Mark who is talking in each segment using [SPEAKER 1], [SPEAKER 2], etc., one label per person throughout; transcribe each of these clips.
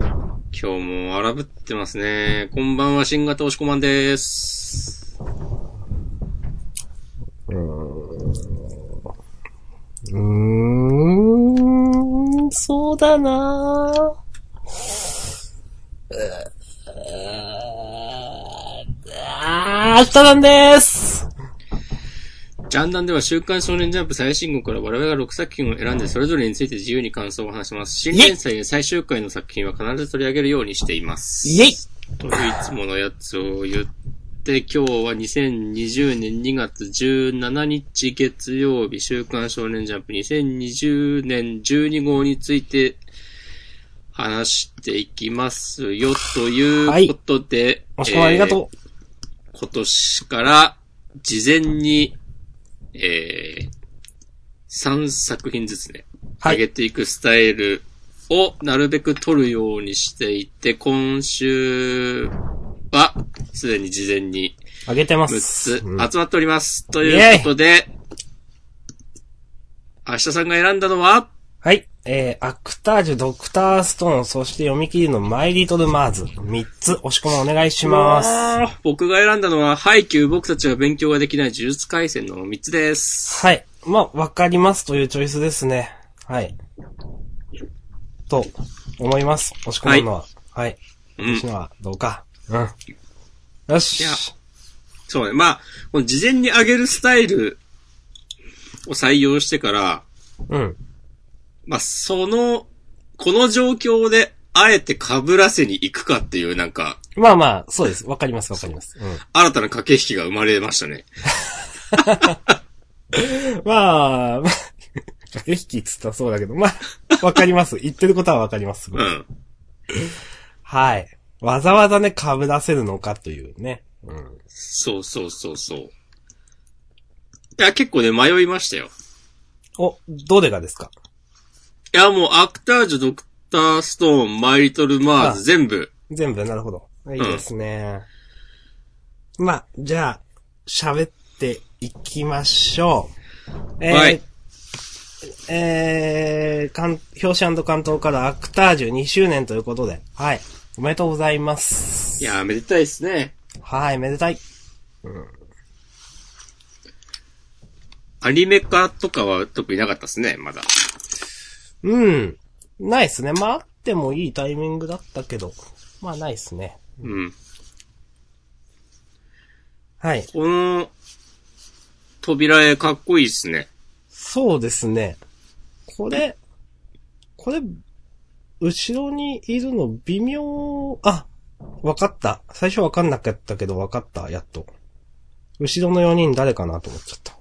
[SPEAKER 1] 今日も荒ぶってますね。こんばんは、新型押し込まんです。
[SPEAKER 2] うーん、うーんそうだなぁあー、明日なんです
[SPEAKER 1] ジャンダンでは週刊少年ジャンプ最新号から我々が6作品を選んでそれぞれについて自由に感想を話します。新連載や最終回の作品は必ず取り上げるようにしています。
[SPEAKER 2] イェイ
[SPEAKER 1] といういつものやつを言って、今日は2020年2月17日月曜日、週刊少年ジャンプ2020年12号について話していきますよ、ということで、
[SPEAKER 2] おしこまんありがと
[SPEAKER 1] えー今年から事前に、えー、3作品ずつね、
[SPEAKER 2] はい
[SPEAKER 1] 上げていくスタイルをなるべく取るようにしていて、今週はすでに事前に
[SPEAKER 2] う。あげてま
[SPEAKER 1] 6
[SPEAKER 2] す。うん
[SPEAKER 1] つ集まっております。ということで、明日さんが選んだのは、
[SPEAKER 2] はい。えー、アクタージュ、ドクターストーン、そして読み切りのマイリトルマーズ。3つ、押し込まんお願いします。
[SPEAKER 1] 僕が選んだのは、ハイキュー僕たちは勉強ができない呪術回戦の3つです。
[SPEAKER 2] はい。まあ、わかりますというチョイスですね。はい。と、思います。押し込むのは。はい。
[SPEAKER 1] うん
[SPEAKER 2] 私のは、どうか。うん。よし。
[SPEAKER 1] いやそうね。まあ、この事前に上げるスタイルを採用してから、
[SPEAKER 2] うん。
[SPEAKER 1] まあ、その、この状況で、あえて被らせに行くかっていう、なんか、
[SPEAKER 2] まあまあ、そうです。わかります、わかります。う
[SPEAKER 1] 新たな駆け引きが生まれましたね。
[SPEAKER 2] ん。まあ、駆け引きっつったらそうだけど、まあ、わかります。言ってることはわかります。すご
[SPEAKER 1] う
[SPEAKER 2] い
[SPEAKER 1] ん。
[SPEAKER 2] はい。わざわざね、被らせるのかというね。うん。
[SPEAKER 1] そうそうそうそう。いや、結構ね、迷いましたよ。
[SPEAKER 2] お、どれがですか
[SPEAKER 1] いや、もう、アクタージュ、ドクターストーン、マイリトル・マー
[SPEAKER 2] あ
[SPEAKER 1] ズ、全部。
[SPEAKER 2] 全部、なるほど。いいですね。まあ、じゃあ、喋っていきましょう。えー
[SPEAKER 1] はい
[SPEAKER 2] えー、関表紙関東からアクタージュ2周年ということで、はい。おめでとうございます。
[SPEAKER 1] いやー、めでたいですね。
[SPEAKER 2] はい、めでたい。
[SPEAKER 1] アニメ化とかは特になかったですね、まだ。
[SPEAKER 2] うん。ないっすね。まあ、あってもいいタイミングだったけど、まあ、ないっすね。
[SPEAKER 1] うん。
[SPEAKER 2] はい。
[SPEAKER 1] この、扉絵かっこいいっすね。
[SPEAKER 2] そうですね。これ、これ、後ろにいるの微妙、あ、わかった。最初わかんなかったけどわかった、やっと。後ろの4人誰かなと思っちゃった。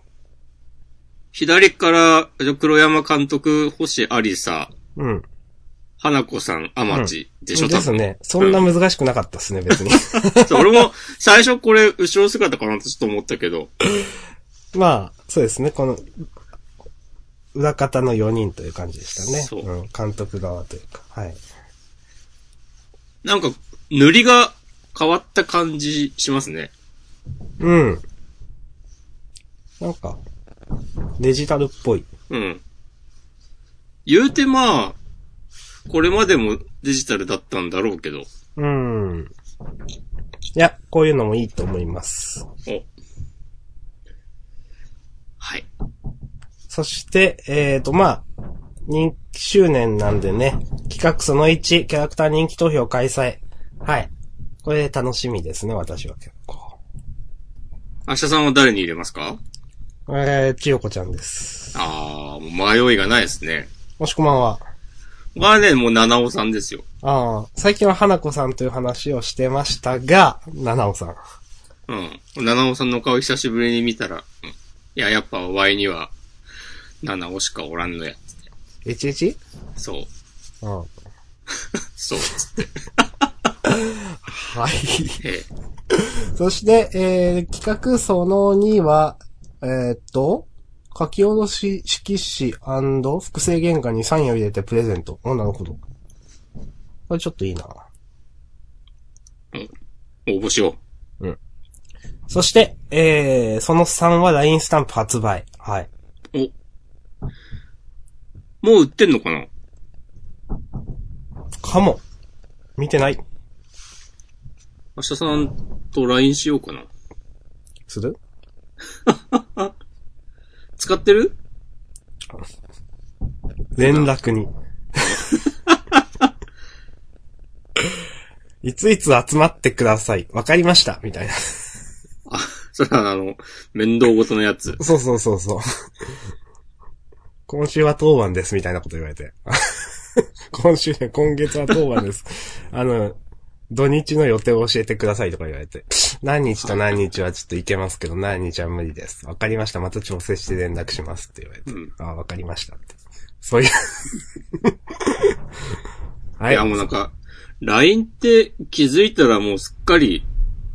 [SPEAKER 1] 左から、黒山監督、星ありさ、
[SPEAKER 2] うん。
[SPEAKER 1] 花子さん、アマチでしょ、
[SPEAKER 2] で
[SPEAKER 1] 多
[SPEAKER 2] す
[SPEAKER 1] 分。
[SPEAKER 2] ね。そんな難しくなかったですね、別に。
[SPEAKER 1] そう俺も、最初これ、後ろ姿かなってちょっと思ったけど。
[SPEAKER 2] まあ、そうですね、この、裏方の4人という感じでしたね。
[SPEAKER 1] そう
[SPEAKER 2] うん、監督側というか。はい。
[SPEAKER 1] なんか、塗りが変わった感じしますね。
[SPEAKER 2] うん。なんか、デジタルっぽい。
[SPEAKER 1] うん。言うてまあ、これまでもデジタルだったんだろうけど。
[SPEAKER 2] うん。いや、こういうのもいいと思います。
[SPEAKER 1] お。はい。
[SPEAKER 2] そして、えーと、まあ、人気周年なんでね、企画その1、キャラクター人気投票開催。はい。これ楽しみですね、私は結構。
[SPEAKER 1] 明日さんは誰に入れますか
[SPEAKER 2] えー、千代子ちゃんです。
[SPEAKER 1] ああ、もう迷いがないですね。
[SPEAKER 2] もしこまんは。
[SPEAKER 1] 僕はね、もう七尾さんですよ。
[SPEAKER 2] ああ、最近は花子さんという話をしてましたが、七尾さん。
[SPEAKER 1] うん。七尾さんの顔久しぶりに見たら、うん、いや、やっぱワイには、七尾しかおらんのや。
[SPEAKER 2] いちいち
[SPEAKER 1] そう。
[SPEAKER 2] うん。は
[SPEAKER 1] そう。つって。
[SPEAKER 2] い。
[SPEAKER 1] ええ
[SPEAKER 2] そして、えー、企画その2は、えーっと、書き下ろし色紙複製原画にサインを入れてプレゼント。お、なるほど。これちょっといいな。
[SPEAKER 1] 応募しよ
[SPEAKER 2] そして、えー、その3は LINE スタンプ発売。はい。
[SPEAKER 1] う。お。もう売ってんのかな
[SPEAKER 2] かも。見てない。
[SPEAKER 1] 明日さんと LINE しようかな。
[SPEAKER 2] する
[SPEAKER 1] 使ってる
[SPEAKER 2] 連 絡に。いついつ集まってください。わかりました。みたいな。
[SPEAKER 1] あ、それはあの、面倒ごとのやつ。
[SPEAKER 2] そうそうそうそう。今週は当番です。みたいなこと言われて。 今週ね、今月は当番です。あの、土日の予定を教えてくださいとか言われて。何日と何日はちょっといけますけど、何日は無理です。わかりました。また調整して連絡しますって言われて。
[SPEAKER 1] うん、
[SPEAKER 2] ああ、わかりましたって。そう いう。はいい。
[SPEAKER 1] や、もうなんか、LINE って気づいたらもうすっかり、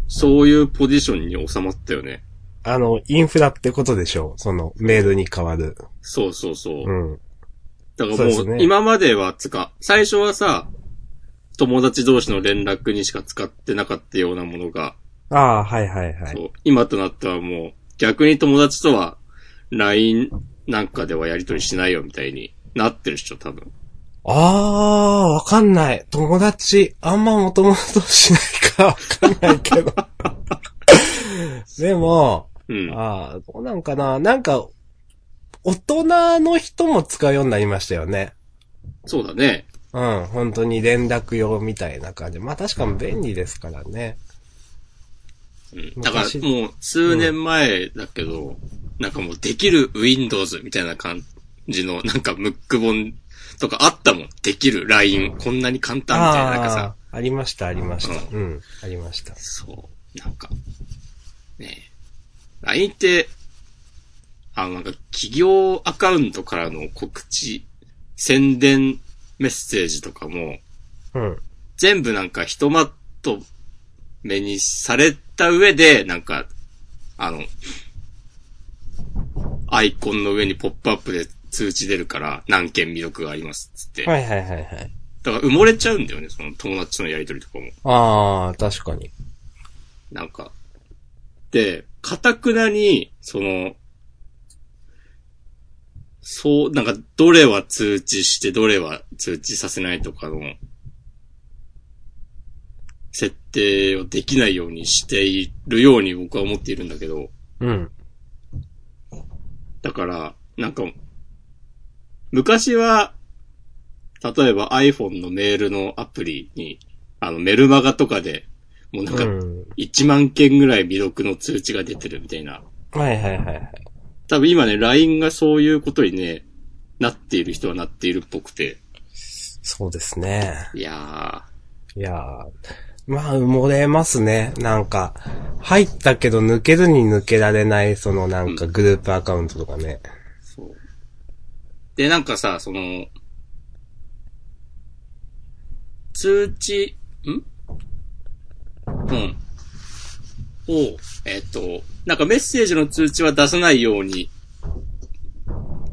[SPEAKER 1] そういうポジションに収まったよね。
[SPEAKER 2] あの、インフラってことでしょう。その、メールに変わる。
[SPEAKER 1] そうそうそう。
[SPEAKER 2] うん。
[SPEAKER 1] だか
[SPEAKER 2] そうで
[SPEAKER 1] らも
[SPEAKER 2] す
[SPEAKER 1] う、
[SPEAKER 2] ね
[SPEAKER 1] 今まではつか、最初はさ、友達同士の連絡にしか使ってなかったようなものが、
[SPEAKER 2] ああ、はいはいはい。
[SPEAKER 1] そう今となってはもう、逆に友達とは、LINE なんかではやりとりしないよみたいになってるっしょ、多分。
[SPEAKER 2] ああ、わかんない。友達、あんまもともとしないか わかんない けど。でも、
[SPEAKER 1] うん。
[SPEAKER 2] ああ、どうなんかな。なんか、大人の人も使うようになりましたよね。
[SPEAKER 1] そうだね。
[SPEAKER 2] うん、本当に連絡用みたいな感じ。まあ確かに便利ですからね。
[SPEAKER 1] うんだから
[SPEAKER 2] 昔
[SPEAKER 1] もう数年前だけど、なんかもうできる Windows みたいな感じの、なんかムック本とかあったもん。できる LINE、こんなに簡単みたいな、なんかさ
[SPEAKER 2] あ。あ、ありました、ありました。うん、ありました。
[SPEAKER 1] そう。なんか、ねえ LINE って、あの、なんか企業アカウントからの告知、宣伝メッセージとかも、
[SPEAKER 2] うん。
[SPEAKER 1] 全部なんかひとまとめにされた上で、なんか、あの、アイコンの上にポップアップで通知出るから何件魅力がありますっつって。
[SPEAKER 2] はいはいはいはい。
[SPEAKER 1] だから埋もれちゃうんだよね、その友達とのやりとりとかも。
[SPEAKER 2] ああ、確かに。
[SPEAKER 1] なんか。で、かたくなに、その、そう、なんか、どれは通知して、どれは通知させないとかの、設定をできないようにしているように僕は思っているんだけど、
[SPEAKER 2] うん。
[SPEAKER 1] だから、なんか、昔は、例えば iPhone のメールのアプリに、あの、メルマガとかで、もうなん
[SPEAKER 2] う
[SPEAKER 1] か、
[SPEAKER 2] ん。
[SPEAKER 1] 1万件ぐらい未読の通知が出てるみたいな。
[SPEAKER 2] はいはいはいはい。
[SPEAKER 1] 多分今ね、LINE がそういうことにね、なっている人はなっているっぽくて。
[SPEAKER 2] そうですね。
[SPEAKER 1] いや
[SPEAKER 2] いやーまあ、埋もれますね。なんか、入ったけど抜けるに抜けられない、そのなんかグループアカウントとかね。
[SPEAKER 1] ー、そう。で、なんかさ、その、通知、んうん。を、えっ、と、なんかメッセージの通知は出さないように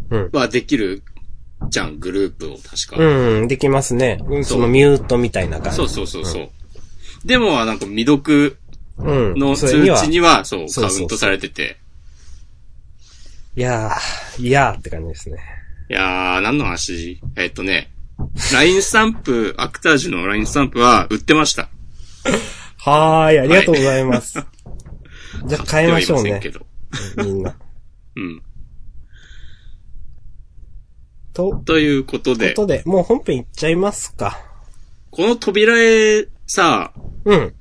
[SPEAKER 2] うん。
[SPEAKER 1] はできるじゃん、グループを確か。
[SPEAKER 2] うん、できますね。うん、そのミュートみたいな感じ。
[SPEAKER 1] そうそうそうそう。でも、なんか未読
[SPEAKER 2] う
[SPEAKER 1] の
[SPEAKER 2] ん。そ
[SPEAKER 1] 通
[SPEAKER 2] れには、
[SPEAKER 1] 知
[SPEAKER 2] い
[SPEAKER 1] には、そう、
[SPEAKER 2] そ
[SPEAKER 1] カ
[SPEAKER 2] う
[SPEAKER 1] ウ
[SPEAKER 2] そうそう
[SPEAKER 1] ントされてて。
[SPEAKER 2] やー、いやーって感じですね。
[SPEAKER 1] いやー、何の話えっとね、LINE スタンプ、アクタージュの LINE スタンプは売ってました。
[SPEAKER 2] はーい、ありがとうござい ます。じゃあ変えましょう
[SPEAKER 1] 買っ
[SPEAKER 2] ね
[SPEAKER 1] てはいませんけ。ど。
[SPEAKER 2] み んな。
[SPEAKER 1] うん。
[SPEAKER 2] と、
[SPEAKER 1] ということで、
[SPEAKER 2] ことで、もう本編いっちゃいますか。
[SPEAKER 1] この扉へ、さ、
[SPEAKER 2] うん。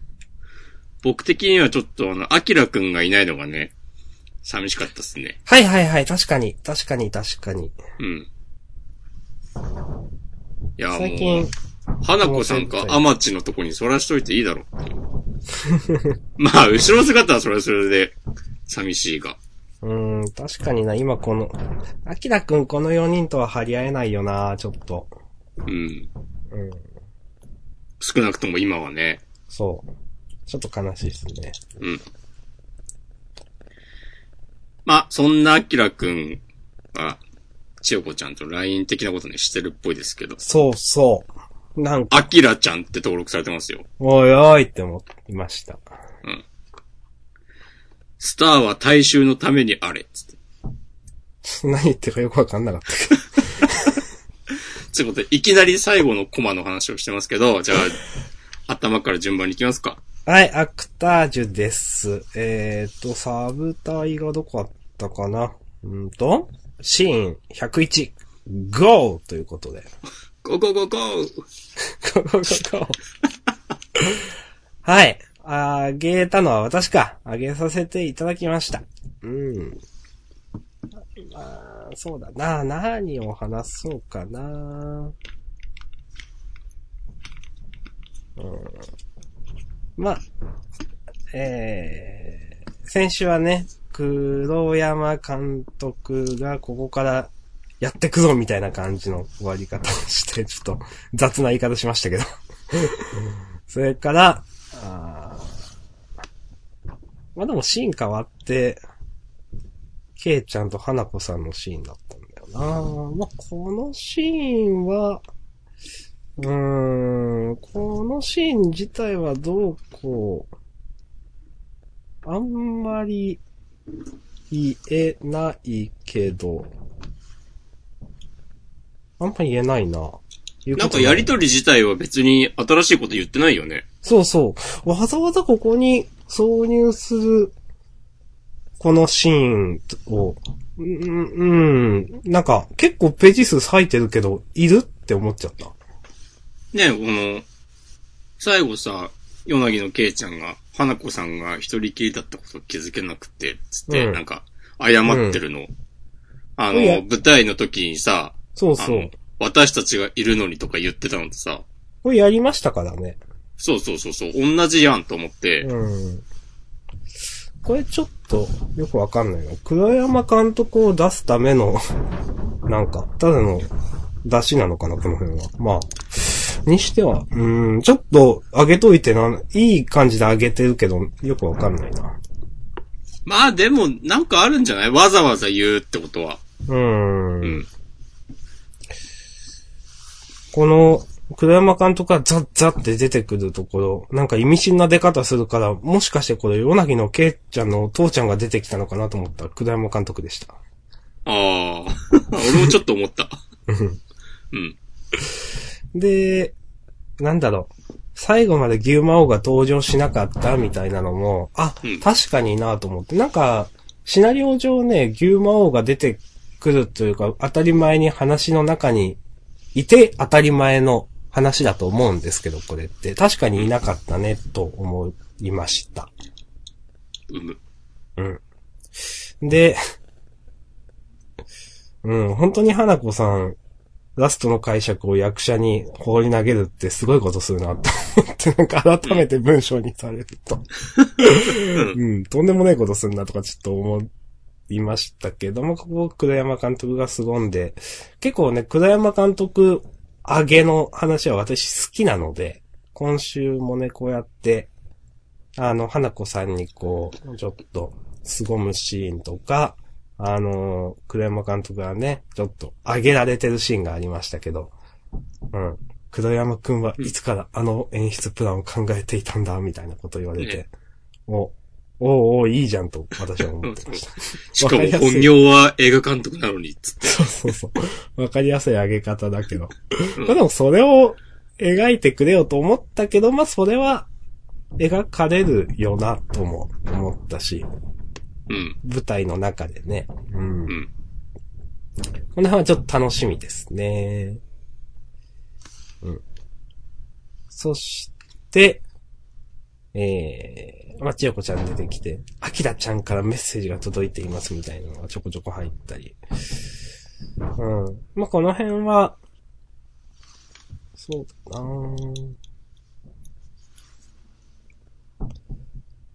[SPEAKER 1] 僕的にはちょっとあの、アキラくんがいないのがね、寂しかったっすね。
[SPEAKER 2] はいはいはい、確かに、確かに、確かに。
[SPEAKER 1] うん。いやー、
[SPEAKER 2] 最
[SPEAKER 1] も
[SPEAKER 2] 近
[SPEAKER 1] う、、花子さんかアマチのとこに反らしといていいだろうっていう。 まあ、後ろ姿はそれはそれで、寂しいが。
[SPEAKER 2] うーん、確かにな、今この、アキラくんこの4人とは張り合えないよな、ちょっと。
[SPEAKER 1] うん。
[SPEAKER 2] うん、
[SPEAKER 1] 少なくとも今はね。
[SPEAKER 2] そう。ちょっと悲しいですね。
[SPEAKER 1] うん。まあ、そんなアキラくんが、千代子ちゃんと LINE 的なことね、してるっぽいですけど、
[SPEAKER 2] そうそう。なんか、
[SPEAKER 1] アキラちゃんって登録されてますよ。
[SPEAKER 2] おいおいって思いました。
[SPEAKER 1] スターは大衆のためにあれっつって。
[SPEAKER 2] 何言ってるかよくわかんなかったけど。
[SPEAKER 1] つうことで、いきなり最後のコマの話をしてますけど、じゃあ、頭から順番に行きますか。
[SPEAKER 2] はい、アクタージュです。えーと、サブタイがどこあったかなうんと、シーン101、GO! ということで。
[SPEAKER 1] ゴーゴーゴーゴー
[SPEAKER 2] ゴーゴーゴーゴーはい。あげたのは私か。あげさせていただきました。うん。まあ、そうだな。何を話そうかな。うん。まあ、えー、先週はね、黒山監督がここからやってくぞみたいな感じの終わり方をして、ちょっと雑な言い方しましたけど。 それから、あーまあでもシーン変わって、ケイちゃんと花子さんのシーンだったんだよな。まあこのシーンは、うーん、このシーン自体はどうこう、あんまり言えないけど、あんま言えないな。
[SPEAKER 1] なんかやり
[SPEAKER 2] と
[SPEAKER 1] とり自体は別に新しいこと言ってないよね。
[SPEAKER 2] そうそう。わざわざここに挿入する、このシーンを、うん、うん、なんか、結構ページ数割いてるけど、いるって思っちゃった。
[SPEAKER 1] ね、この、最後さ、柳のけいちゃんが、花子さんが一人きりだったこと気づけなくて、つって、
[SPEAKER 2] うん
[SPEAKER 1] なんか、謝ってるの。あの、
[SPEAKER 2] いや
[SPEAKER 1] 舞台の時にさ、
[SPEAKER 2] そう
[SPEAKER 1] あ
[SPEAKER 2] そ
[SPEAKER 1] の
[SPEAKER 2] う。、
[SPEAKER 1] 私たちがいるのにとか言ってたのってさ、
[SPEAKER 2] これやりましたからね。
[SPEAKER 1] そうそうそう、そう同じやんと思って、
[SPEAKER 2] うん。これちょっと、よくわかんないな。黒山監督を出すための、 なんか、ただの出しなのかな、この辺は。まあ。にしては、うん、ちょっと上げといてな、いい感じで上げてるけど、よくわかんないな。
[SPEAKER 1] まあでも、なんかあるんじゃないわざわざ言うってことは。
[SPEAKER 2] うん。
[SPEAKER 1] うん。
[SPEAKER 2] この、黒山監督がザッザッって出てくるところ、なんか意味深な出方するから、もしかしてこれ、ヨナギのケイちゃんのお父ちゃんが出てきたのかなと思ったら、黒山監督でした。
[SPEAKER 1] ああ、 俺もちょっと思った。うん。
[SPEAKER 2] で、なんだろう。最後まで牛魔王が登場しなかったみたいなのも、あ、
[SPEAKER 1] うん
[SPEAKER 2] 確かになと思って。なんか、シナリオ上ね、牛魔王が出てくるというか、当たり前に話の中にいて当たり前の話だと思うんですけど、これって。確かにいなかったね、と思いました。
[SPEAKER 1] うむ。
[SPEAKER 2] うん。で、うん、本当に花子さん、ラストの解釈を役者に放り投げるってすごいことするなと思って、 なんか改めて文章にされると、うん、とんでもないことするなとかちょっと思いましたけども、ここ黒山監督が凄んで、結構ね、黒山監督上げの話は私好きなので、今週もね、こうやって、あの、花子さんにこう、ちょっと、凄むシーンとか、あのー、黒山監督がね、ちょっと上げられてるシーンがありましたけど、うん。黒山くんはいつからあの演出プランを考えていたんだ、みたいなこと言われて、お、おうおういいじゃんと私は思ってました。
[SPEAKER 1] しか
[SPEAKER 2] わか
[SPEAKER 1] も
[SPEAKER 2] りやすい
[SPEAKER 1] 本業は映画監督なのに、つって。
[SPEAKER 2] そうそうそう。わかりやすい上げ方だけど。
[SPEAKER 1] う
[SPEAKER 2] まあでもそれを描いてくれよと思ったけど、まあそれは描かれるよなとも思ったし、
[SPEAKER 1] うん。
[SPEAKER 2] 舞台の中でね。うん。
[SPEAKER 1] うん。
[SPEAKER 2] この辺はちょっと楽しみですね。うん。そして、えー、まあ、千代子ちゃん出てきて、あきらちゃんからメッセージが届いていますみたいなのがちょこちょこ入ったり。うん。まあ、この辺は、そうだなぁ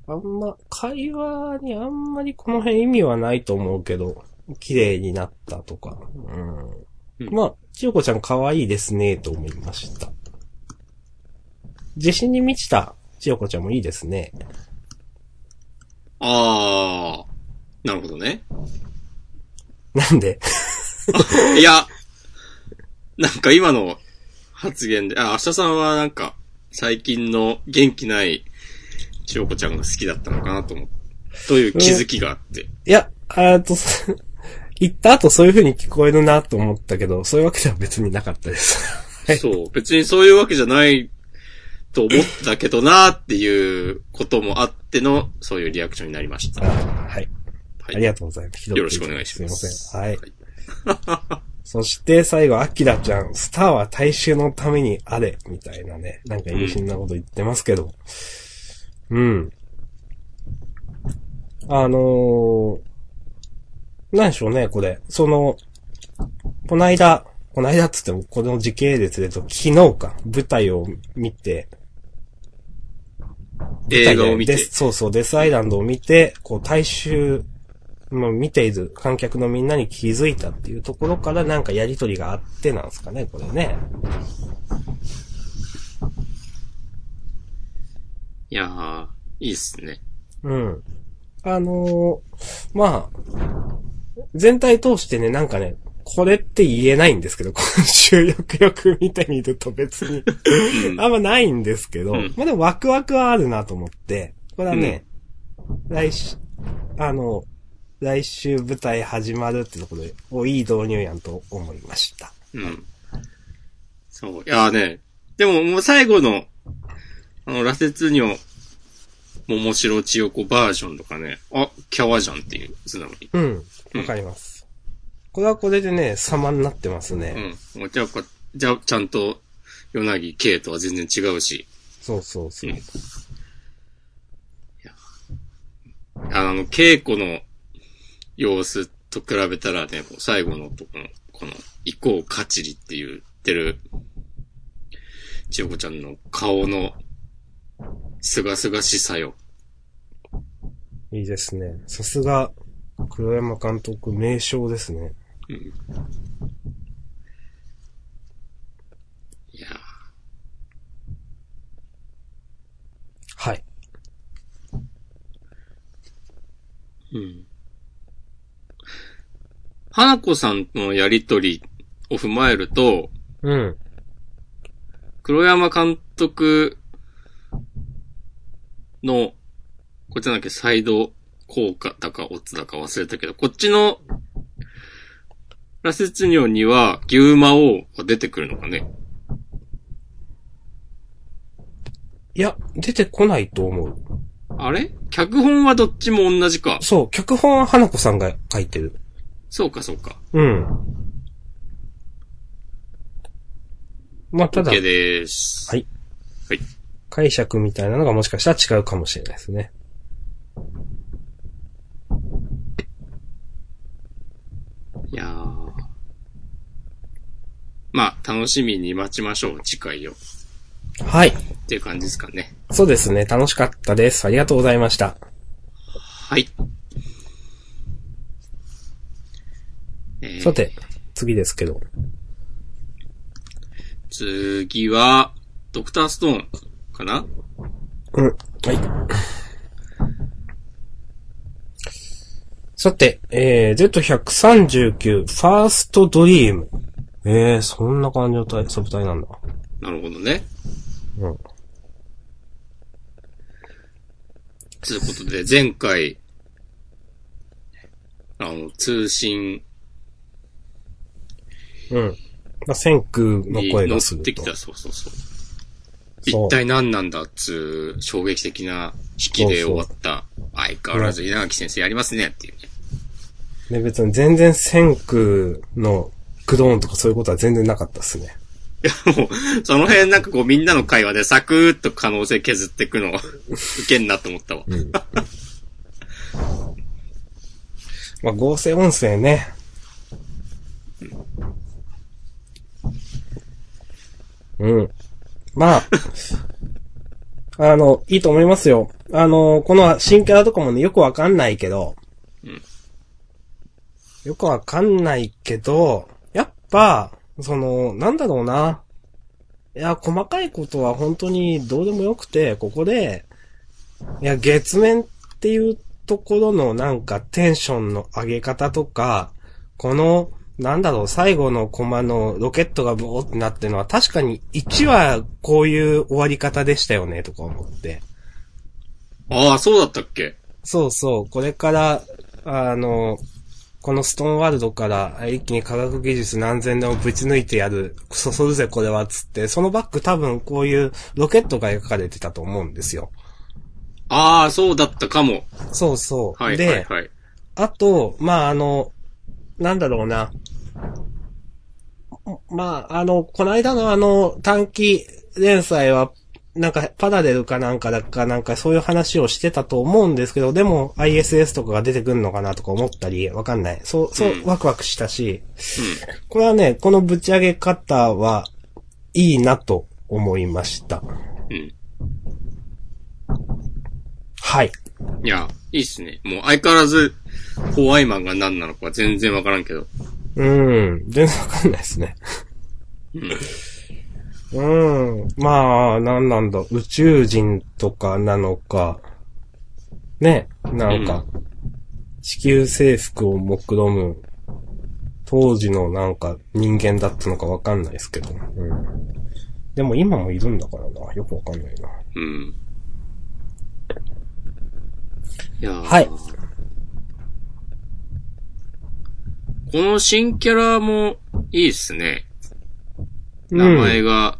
[SPEAKER 2] あんま、会話にあんまりこの辺意味はないと思うけど、綺麗になったとか。うん。
[SPEAKER 1] うん
[SPEAKER 2] まあ、千代子ちゃん可愛いですね、と思いました。自信に満ちた千代子ちゃんもいいですね。
[SPEAKER 1] あー、なるほどね。
[SPEAKER 2] なんで、
[SPEAKER 1] いや、なんか今の発言で、あ、明日さんはなんか、最近の元気ない、しおこちゃんが好きだったのかなと思う。という気づきがあって。
[SPEAKER 2] いや、あーと、 そ言った後そういう風に聞こえるなと思ったけど、そういうわけでは別になかったです。
[SPEAKER 1] そう。別にそういうわけじゃないと思ったけどなーっていうこともあっての、そういうリアクションになりました。
[SPEAKER 2] あ
[SPEAKER 1] は
[SPEAKER 2] はい。あり
[SPEAKER 1] い。
[SPEAKER 2] がとうございます。
[SPEAKER 1] よろしくお願いします。
[SPEAKER 2] すいません。はい。そして最後、アキラちゃん、スターは大衆のためにあれ、みたいなね。なんか意味深なこと言ってますけど。うん。あのー、なんでしょうね、これ。その、こないだ、こないだっつっても、この時系列で言うと、昨日か、舞台を見て、
[SPEAKER 1] 映画を見て
[SPEAKER 2] デスそうそう、デスアイランドを見て、こう、大衆、まあ、見ている観客のみんなに気づいたっていうところからなんかやりとりがあってなんですかね、これね。
[SPEAKER 1] いやー、いいっすね。
[SPEAKER 2] うん。あのーまあ、全体通してね、なんかね、これって言えないんですけど、今週よくよく見てみると別に、あんまないんですけど、
[SPEAKER 1] うん
[SPEAKER 2] まあでもワクワクはあるなと思って、これはね、来週、あの、来週舞台始まるってところで、お、いい導入やんと思いました。
[SPEAKER 1] うん。そう。いやーね。でももう最後の、あの、羅刹女、桃城千代子バージョンとかね、あ、キャワじゃんっていう、素直に。
[SPEAKER 2] うん。わかります。これはこれでね、様になってますね。
[SPEAKER 1] うん。もうやっぱ、じゃ、ちゃんと、ヨナギ、ケイとは全然違うし、
[SPEAKER 2] そうそうそう。
[SPEAKER 1] うんあの、稽古の様子と比べたらね、こう最後のとこの、この、イコーカチリって言ってる、千代子ちゃんの顔の、すがすがしさよ。
[SPEAKER 2] いいですね。さすが、黒山監督、名称ですね。
[SPEAKER 1] うん。いや
[SPEAKER 2] はい。
[SPEAKER 1] ーうん。花子さんとのやりとりを踏まえると、
[SPEAKER 2] うん。
[SPEAKER 1] 黒山監督の、こっちなんだっけ、サイド効果だか、オッズだか忘れたけど、こっちの、羅刹尿には、牛魔王が出てくるのかね。
[SPEAKER 2] いや、出てこないと思う。
[SPEAKER 1] あれ脚本はどっちも同じか。
[SPEAKER 2] そう、脚本は花子さんが書いてる。
[SPEAKER 1] そうか、そうか。
[SPEAKER 2] うん。まあ、ただ、
[SPEAKER 1] OK です。
[SPEAKER 2] はい
[SPEAKER 1] はい。
[SPEAKER 2] 解釈みたいなのがもしかしたら違うかもしれないですね。
[SPEAKER 1] いやー。まあ、楽しみに待ちましょう、次回を。っ
[SPEAKER 2] はい。
[SPEAKER 1] ていう感じですかね。
[SPEAKER 2] そうですね。楽しかったです。ありがとうございました。
[SPEAKER 1] はい。えー
[SPEAKER 2] さて、次ですけど。
[SPEAKER 1] 次は、ドクターストーンかな
[SPEAKER 2] うん。はい。さて、えー、Z139、ファーストドリーム。えー、そんな感じのタイサブタイなんだ。
[SPEAKER 1] なるほどね。
[SPEAKER 2] うん。
[SPEAKER 1] ということで、前回、あの、通信
[SPEAKER 2] うん。まあ、千空の
[SPEAKER 1] に
[SPEAKER 2] 声
[SPEAKER 1] 乗
[SPEAKER 2] がす
[SPEAKER 1] っ
[SPEAKER 2] る
[SPEAKER 1] てき
[SPEAKER 2] と。
[SPEAKER 1] た、そうそうそう。
[SPEAKER 2] そう
[SPEAKER 1] 一体何なんだっつう、衝撃的な引きで終わった。相変わらず稲垣先生やりますねっていうね。
[SPEAKER 2] で、別に全然千空のクドーンとかそういうことは全然なかったっすね。
[SPEAKER 1] もう、その辺なんかこうみんなの会話でサクーっと可能性削っていくの、ウケんなと思ったわ。
[SPEAKER 2] うん。まあ、合成音声ね。うん。まあ、あの、いいと思いますよ。あの、この新キャラとかもね、よくわかんないけど、
[SPEAKER 1] うん
[SPEAKER 2] よくわかんないけど、やっぱ、その、なんだろうな。いや、細かいことは本当にどうでもよくて、ここで、いや、月面っていうところのなんかテンションの上げ方とか、この、なんだろう、最後のコマのロケットがブオーってなってるのは確かに1話こういう終わり方でしたよね、とか思って。
[SPEAKER 1] ああ、そうだったっけ
[SPEAKER 2] そうそう、これから、あの、このストーンワールドから一気に科学技術何千年をぶち抜いてやる、そそるぜこれはっつって、そのバッグ多分こういうロケットが描かれてたと思うんですよ。
[SPEAKER 1] ああ、そうだったかも。
[SPEAKER 2] そうそう。
[SPEAKER 1] はい、
[SPEAKER 2] で、
[SPEAKER 1] はい、はい。
[SPEAKER 2] あと、まあ、あの、なんだろうな。まあ、あの、この間のあの、短期連載は、なんか、パラレルかなんかだかなんか、そういう話をしてたと思うんですけど、でも、ISS とかが出てくるのかなとか思ったり、わかんない。そう、そう
[SPEAKER 1] うん、
[SPEAKER 2] ワクワクしたし、これはね、このぶち上げ方は、いいなと思いました。
[SPEAKER 1] うん。
[SPEAKER 2] はい。
[SPEAKER 1] うん。いや、いいっすね。もう相変わらず、ホワイマンが何なのか全然わからんけど。
[SPEAKER 2] うん、全然わかんないですね。
[SPEAKER 1] うん。
[SPEAKER 2] うん。まあ、なんなんだ。宇宙人とかなのか、ね、なんか、地球征服を目論む、当時のなんか人間だったのかわかんないですけど。うん。でも今もいるんだからな。よくわかんないな。
[SPEAKER 1] うん。いやー
[SPEAKER 2] はい
[SPEAKER 1] この新キャラもいいっすね。名前
[SPEAKER 2] うん。
[SPEAKER 1] が、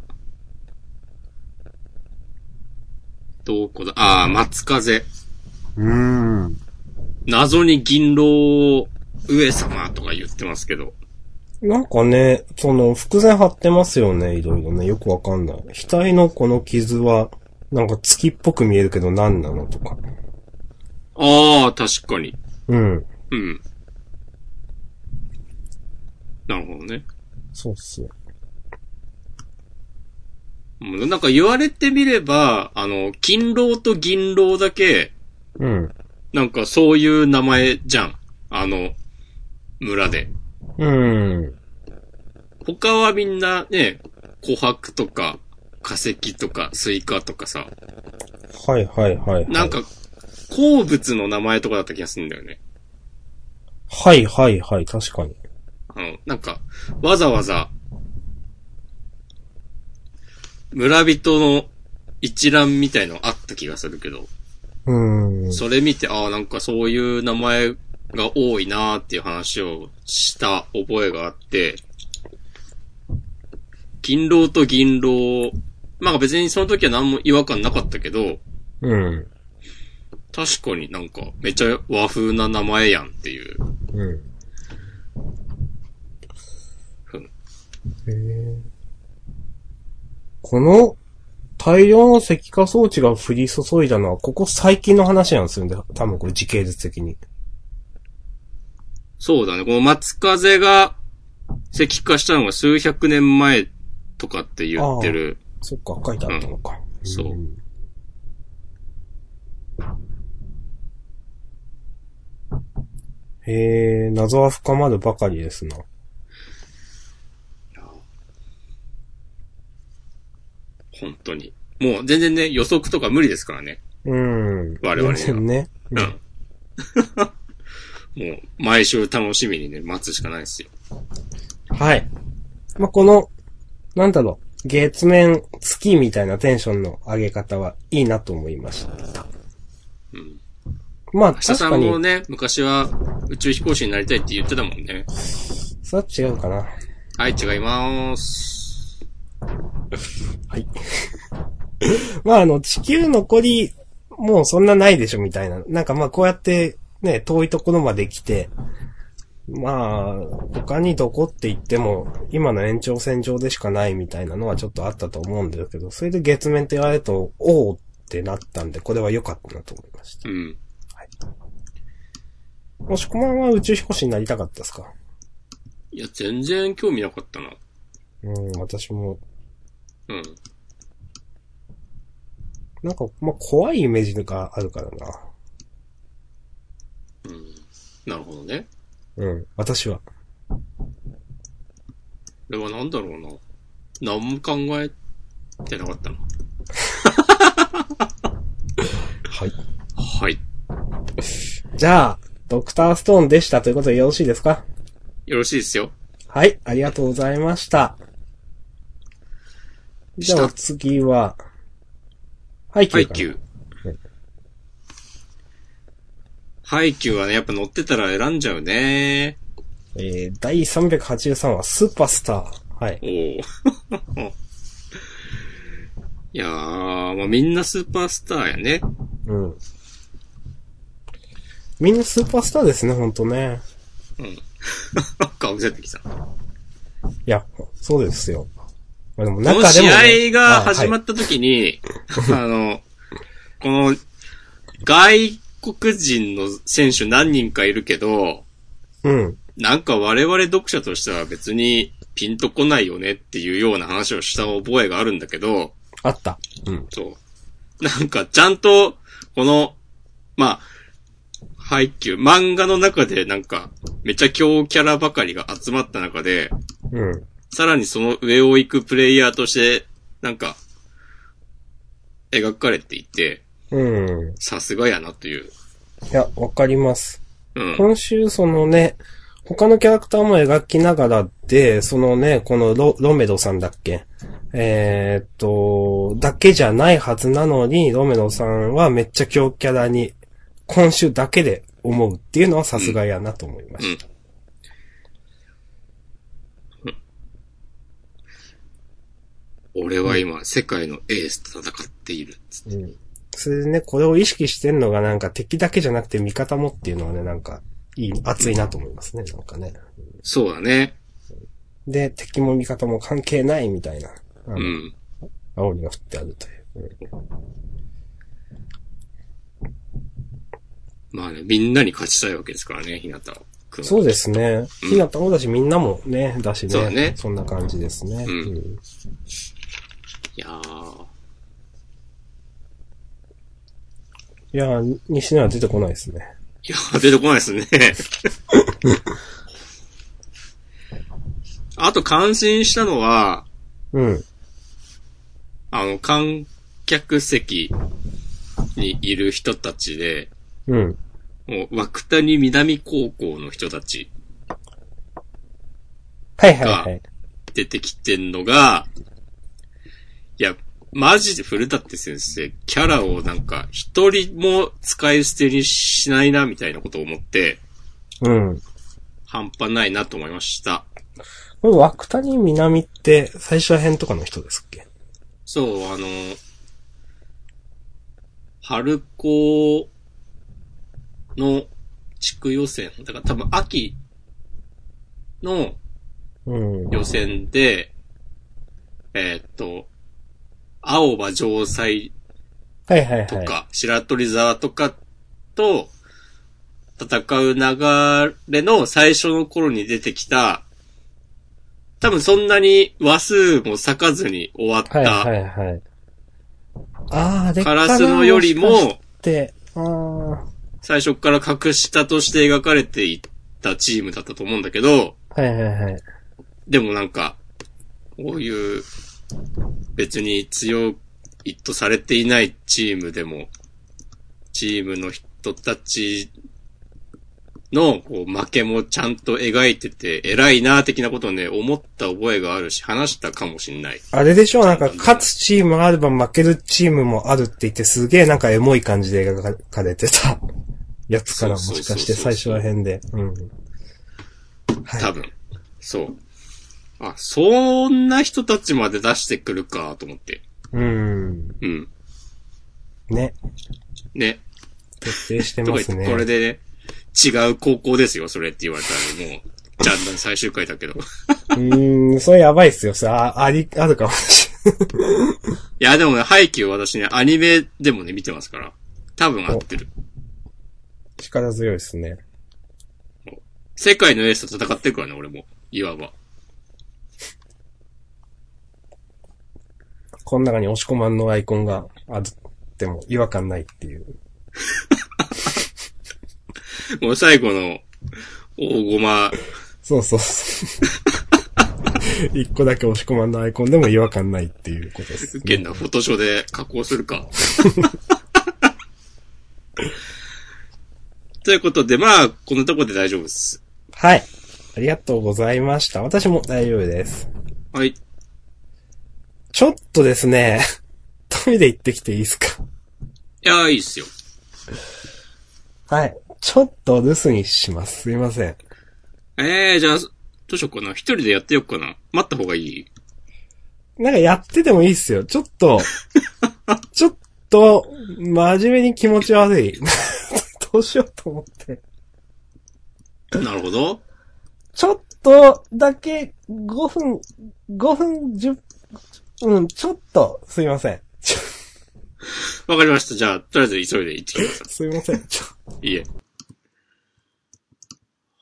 [SPEAKER 1] どこだ、ああ、松風。
[SPEAKER 2] うん。
[SPEAKER 1] 謎に銀狼を上様とか言ってますけど。
[SPEAKER 2] なんかね、その、伏線張ってますよね。いろいろね。よくわかんない。額のこの傷は、なんか月っぽく見えるけど何なのとか。
[SPEAKER 1] ああ、確かに。
[SPEAKER 2] うん。
[SPEAKER 1] うん。なるほどね。
[SPEAKER 2] そうっすよ。
[SPEAKER 1] うんなんか言われてみれば、あの、金狼と銀狼だけ、
[SPEAKER 2] うん。
[SPEAKER 1] なんかそういう名前じゃん。あの、村で。
[SPEAKER 2] うん。
[SPEAKER 1] 他はみんなね、琥珀とか、化石とか、スイカとかさ、
[SPEAKER 2] はいはいはい、はい。
[SPEAKER 1] なんか、鉱物の名前とかだった気がするんだよね。
[SPEAKER 2] はいはいはい、確かに。
[SPEAKER 1] あの、なんか、わざわざ、村人の一覧みたいのあった気がするけど、
[SPEAKER 2] うーん。
[SPEAKER 1] それ見て、ああ、なんかそういう名前が多いなーっていう話をした覚えがあって、銀狼と銀狼、まあ別にその時は何も違和感なかったけど、
[SPEAKER 2] うん。
[SPEAKER 1] 確かになんかめっちゃ和風な名前やんっていう。
[SPEAKER 2] うん。へーこの大量の石化装置が降り注いだのは、ここ最近の話なんですよね。多分これ時系列的に。
[SPEAKER 1] そうだね。この松風が石化したのが数百年前とかって言ってる。
[SPEAKER 2] そっか、書いてあったのか。
[SPEAKER 1] んそうん
[SPEAKER 2] へえ、謎は深まるばかりですな。
[SPEAKER 1] 本当に。もう全然ね、予測とか無理ですからね。
[SPEAKER 2] うん。
[SPEAKER 1] 我々には
[SPEAKER 2] 全然ね。うん
[SPEAKER 1] うん。もう、毎週楽しみにね、待つしかないですよ。
[SPEAKER 2] はい。まあ、この、なんだろう、月面月みたいなテンションの上げ方はいいなと思いました。
[SPEAKER 1] うん。
[SPEAKER 2] まあ、
[SPEAKER 1] 明日
[SPEAKER 2] 確
[SPEAKER 1] さ
[SPEAKER 2] か
[SPEAKER 1] ん
[SPEAKER 2] に
[SPEAKER 1] も、ね、昔は宇宙飛行士になりたいって言ってたもんね。
[SPEAKER 2] それは違うかな。
[SPEAKER 1] はい、違いまーす。
[SPEAKER 2] はい。まあ、あの、地球残り、もうそんなないでしょみたいな。なんかまあ、こうやって、ね、遠いところまで来て、まあ、他にどこって言っても、今の延長線上でしかないみたいなのはちょっとあったと思うんですけど、それで月面って言われると、おおってなったんで、これは良かったなと思いました。
[SPEAKER 1] うん。
[SPEAKER 2] もしこまんは宇宙飛行士になりたかったですか
[SPEAKER 1] いや、全然興味なかったな。
[SPEAKER 2] うん、私も。
[SPEAKER 1] うん。
[SPEAKER 2] なんか、まあ、怖いイメージがあるからな。
[SPEAKER 1] うん。なるほどね。
[SPEAKER 2] うん、私は。
[SPEAKER 1] これはなんだろうな。何も考えてなかったな。
[SPEAKER 2] はい。
[SPEAKER 1] はい。
[SPEAKER 2] じゃあ、ドクターストーンでしたということでよろしいですか
[SPEAKER 1] よろしいですよ。
[SPEAKER 2] はい、ありがとうございました。じゃあ、
[SPEAKER 1] した
[SPEAKER 2] 次は、ハイキ
[SPEAKER 1] ハ
[SPEAKER 2] ュー
[SPEAKER 1] イ
[SPEAKER 2] かな。
[SPEAKER 1] キュー
[SPEAKER 2] はい。
[SPEAKER 1] ハイキューはね、やっぱ乗ってたら選んじゃうね。
[SPEAKER 2] えー、第383話、スーパースター。はい。
[SPEAKER 1] おお。 いやー、まあ、みんなスーパースターやね。
[SPEAKER 2] うん。みんなスーパースターですね、ほんとね。
[SPEAKER 1] うん。顔出てきた。こ
[SPEAKER 2] いや、そうですよ。まあ、でも
[SPEAKER 1] の
[SPEAKER 2] 中でも、ね。
[SPEAKER 1] 試合が始ま
[SPEAKER 2] っ
[SPEAKER 1] った時に、あの、この、外国人の選手何人かいるけど、
[SPEAKER 2] た、はいうん。
[SPEAKER 1] なんか我々読者としては別にピンとこないよねっていうような話をした覚えがあるんだけど、
[SPEAKER 2] あった。うん。
[SPEAKER 1] そう。なんかちゃんと、この、まあ、配給、漫画の中でなんか、めちゃ強キャラばかりが集まった中で、
[SPEAKER 2] うん。
[SPEAKER 1] さらにその上を行くプレイヤーとして、なんか、描かれていて、
[SPEAKER 2] うん。
[SPEAKER 1] さすがやなという。
[SPEAKER 2] いや、わかります。
[SPEAKER 1] うん。
[SPEAKER 2] 今週、そのね、他のキャラクターも描きながらで、そのね、このロロメドさんだっけえーっと、だけじゃないはずなのに、ロメドさんはめっちゃ強キャラに、今週だけで思うっていうのはさすがやなと思いました。
[SPEAKER 1] 俺は今、世界のエースと戦っているっつって。
[SPEAKER 2] うん。それでね、これを意識してんのがなんか敵だけじゃなくて味方もっていうのはね、なんか、いい、熱いなと思いますね、なんかね。
[SPEAKER 1] そうだね。
[SPEAKER 2] で、敵も味方も関係ないみたいな、あの
[SPEAKER 1] うん。
[SPEAKER 2] 煽りが振ってあるという。うん
[SPEAKER 1] まあね、みんなに勝ちたいわけですからね、ひなたくんは。
[SPEAKER 2] そうですね。
[SPEAKER 1] うん
[SPEAKER 2] ひなたもだし、みんなもね、だしね。
[SPEAKER 1] そうだね
[SPEAKER 2] そんな感じですね。
[SPEAKER 1] うん
[SPEAKER 2] うん
[SPEAKER 1] いやー。
[SPEAKER 2] いやー、西野は出てこないですね。
[SPEAKER 1] いや、出てこないですね。 あと感心したのは、
[SPEAKER 2] うん。
[SPEAKER 1] あの、観客席にいる人たちで、
[SPEAKER 2] うん。
[SPEAKER 1] もう、涌谷南高校の人たち
[SPEAKER 2] はいはいはい。
[SPEAKER 1] 出てきてんのが、いや、マジで古舘先生、キャラをなんか、一人も使い捨てにしないな、みたいなことを思って、
[SPEAKER 2] うん。
[SPEAKER 1] 半端ないなと思いました。
[SPEAKER 2] これ、涌谷南って、最初編とかの人ですっけ
[SPEAKER 1] そう、あの、春高の地区予選、だから多分秋の
[SPEAKER 2] うん。
[SPEAKER 1] 予選で、えーっと、青葉城西
[SPEAKER 2] はいはい
[SPEAKER 1] と
[SPEAKER 2] はい。
[SPEAKER 1] か、白鳥沢とかと戦う流れの最初の頃に出てきた、多分そんなに話数も割かずに終わった、
[SPEAKER 2] はいはいはい。あー、あれ
[SPEAKER 1] カ
[SPEAKER 2] かな
[SPEAKER 1] ラスのより
[SPEAKER 2] しかし
[SPEAKER 1] も、
[SPEAKER 2] て、あー。
[SPEAKER 1] 最初から格下として描かれていったチームだったと思うんだけど、
[SPEAKER 2] はいはいはい。
[SPEAKER 1] でもなんか、こういう、別に強いとされていないチームでも、チームの人たちのこう負けもちゃんと描いてて、偉いな的なことをね、思った覚えがあるし、話したかもしんない。
[SPEAKER 2] あれでしょなんか、勝つチームがあれば負けるチームもあるって言って、すげえなんかエモい感じで描かれてた やつからも
[SPEAKER 1] そうそう
[SPEAKER 2] し
[SPEAKER 1] そうそう
[SPEAKER 2] かして最初ら辺で。うん。はい
[SPEAKER 1] 多分。そう。あ、そんな人たちまで出してくるか、と思って。
[SPEAKER 2] うん。
[SPEAKER 1] うん。
[SPEAKER 2] ね。
[SPEAKER 1] ね。
[SPEAKER 2] 徹底して
[SPEAKER 1] と
[SPEAKER 2] ま
[SPEAKER 1] か言っ
[SPEAKER 2] す
[SPEAKER 1] て、
[SPEAKER 2] ね。
[SPEAKER 1] これでね、違う高校ですよ、それって言われたら、もう、ジャンダン最終回だけど。いう
[SPEAKER 2] ーん、それやばいっすよ。それあ、あり、あるかもし
[SPEAKER 1] や、でもね、ハイキュー私ね、アニメでもね、見てますから。多分合ってる。
[SPEAKER 2] れん。 力強いですね。
[SPEAKER 1] 世界のエースと戦ってるからね、俺も。いわば。
[SPEAKER 2] この中に押し込まんのアイコンがあっても違和感ないっていう。
[SPEAKER 1] もう最後の、大駒、
[SPEAKER 2] そうそう そう。一個だけ押し込まんのアイコンでも違和感ないっていうことです、ね。
[SPEAKER 1] 現なフォトショーで加工するか。ということで、まあ、このとこで大丈夫です。
[SPEAKER 2] はい。ありがとうございました。私も大丈夫です。
[SPEAKER 1] はい。
[SPEAKER 2] ちょっとですね、 トイレ行ってきていいですか
[SPEAKER 1] いや、いいっすよ。
[SPEAKER 2] はい。ちょっと留守にします。すいません。
[SPEAKER 1] ええー、じゃあ、どうしようかな。一人でやってよっかな。待った方がいい
[SPEAKER 2] なんかやっててもいいっすよ。ちょっ と、ちょっと、真面目に気持ち悪い。 どうしようと思って。
[SPEAKER 1] なるほど。
[SPEAKER 2] ちょっとだけ5分、5分10、うん、ちょっと、すいません。ちょ
[SPEAKER 1] わかりました。じゃあ、とりあえず急いで行ってきます。
[SPEAKER 2] すいません。ちょ
[SPEAKER 1] いいえ。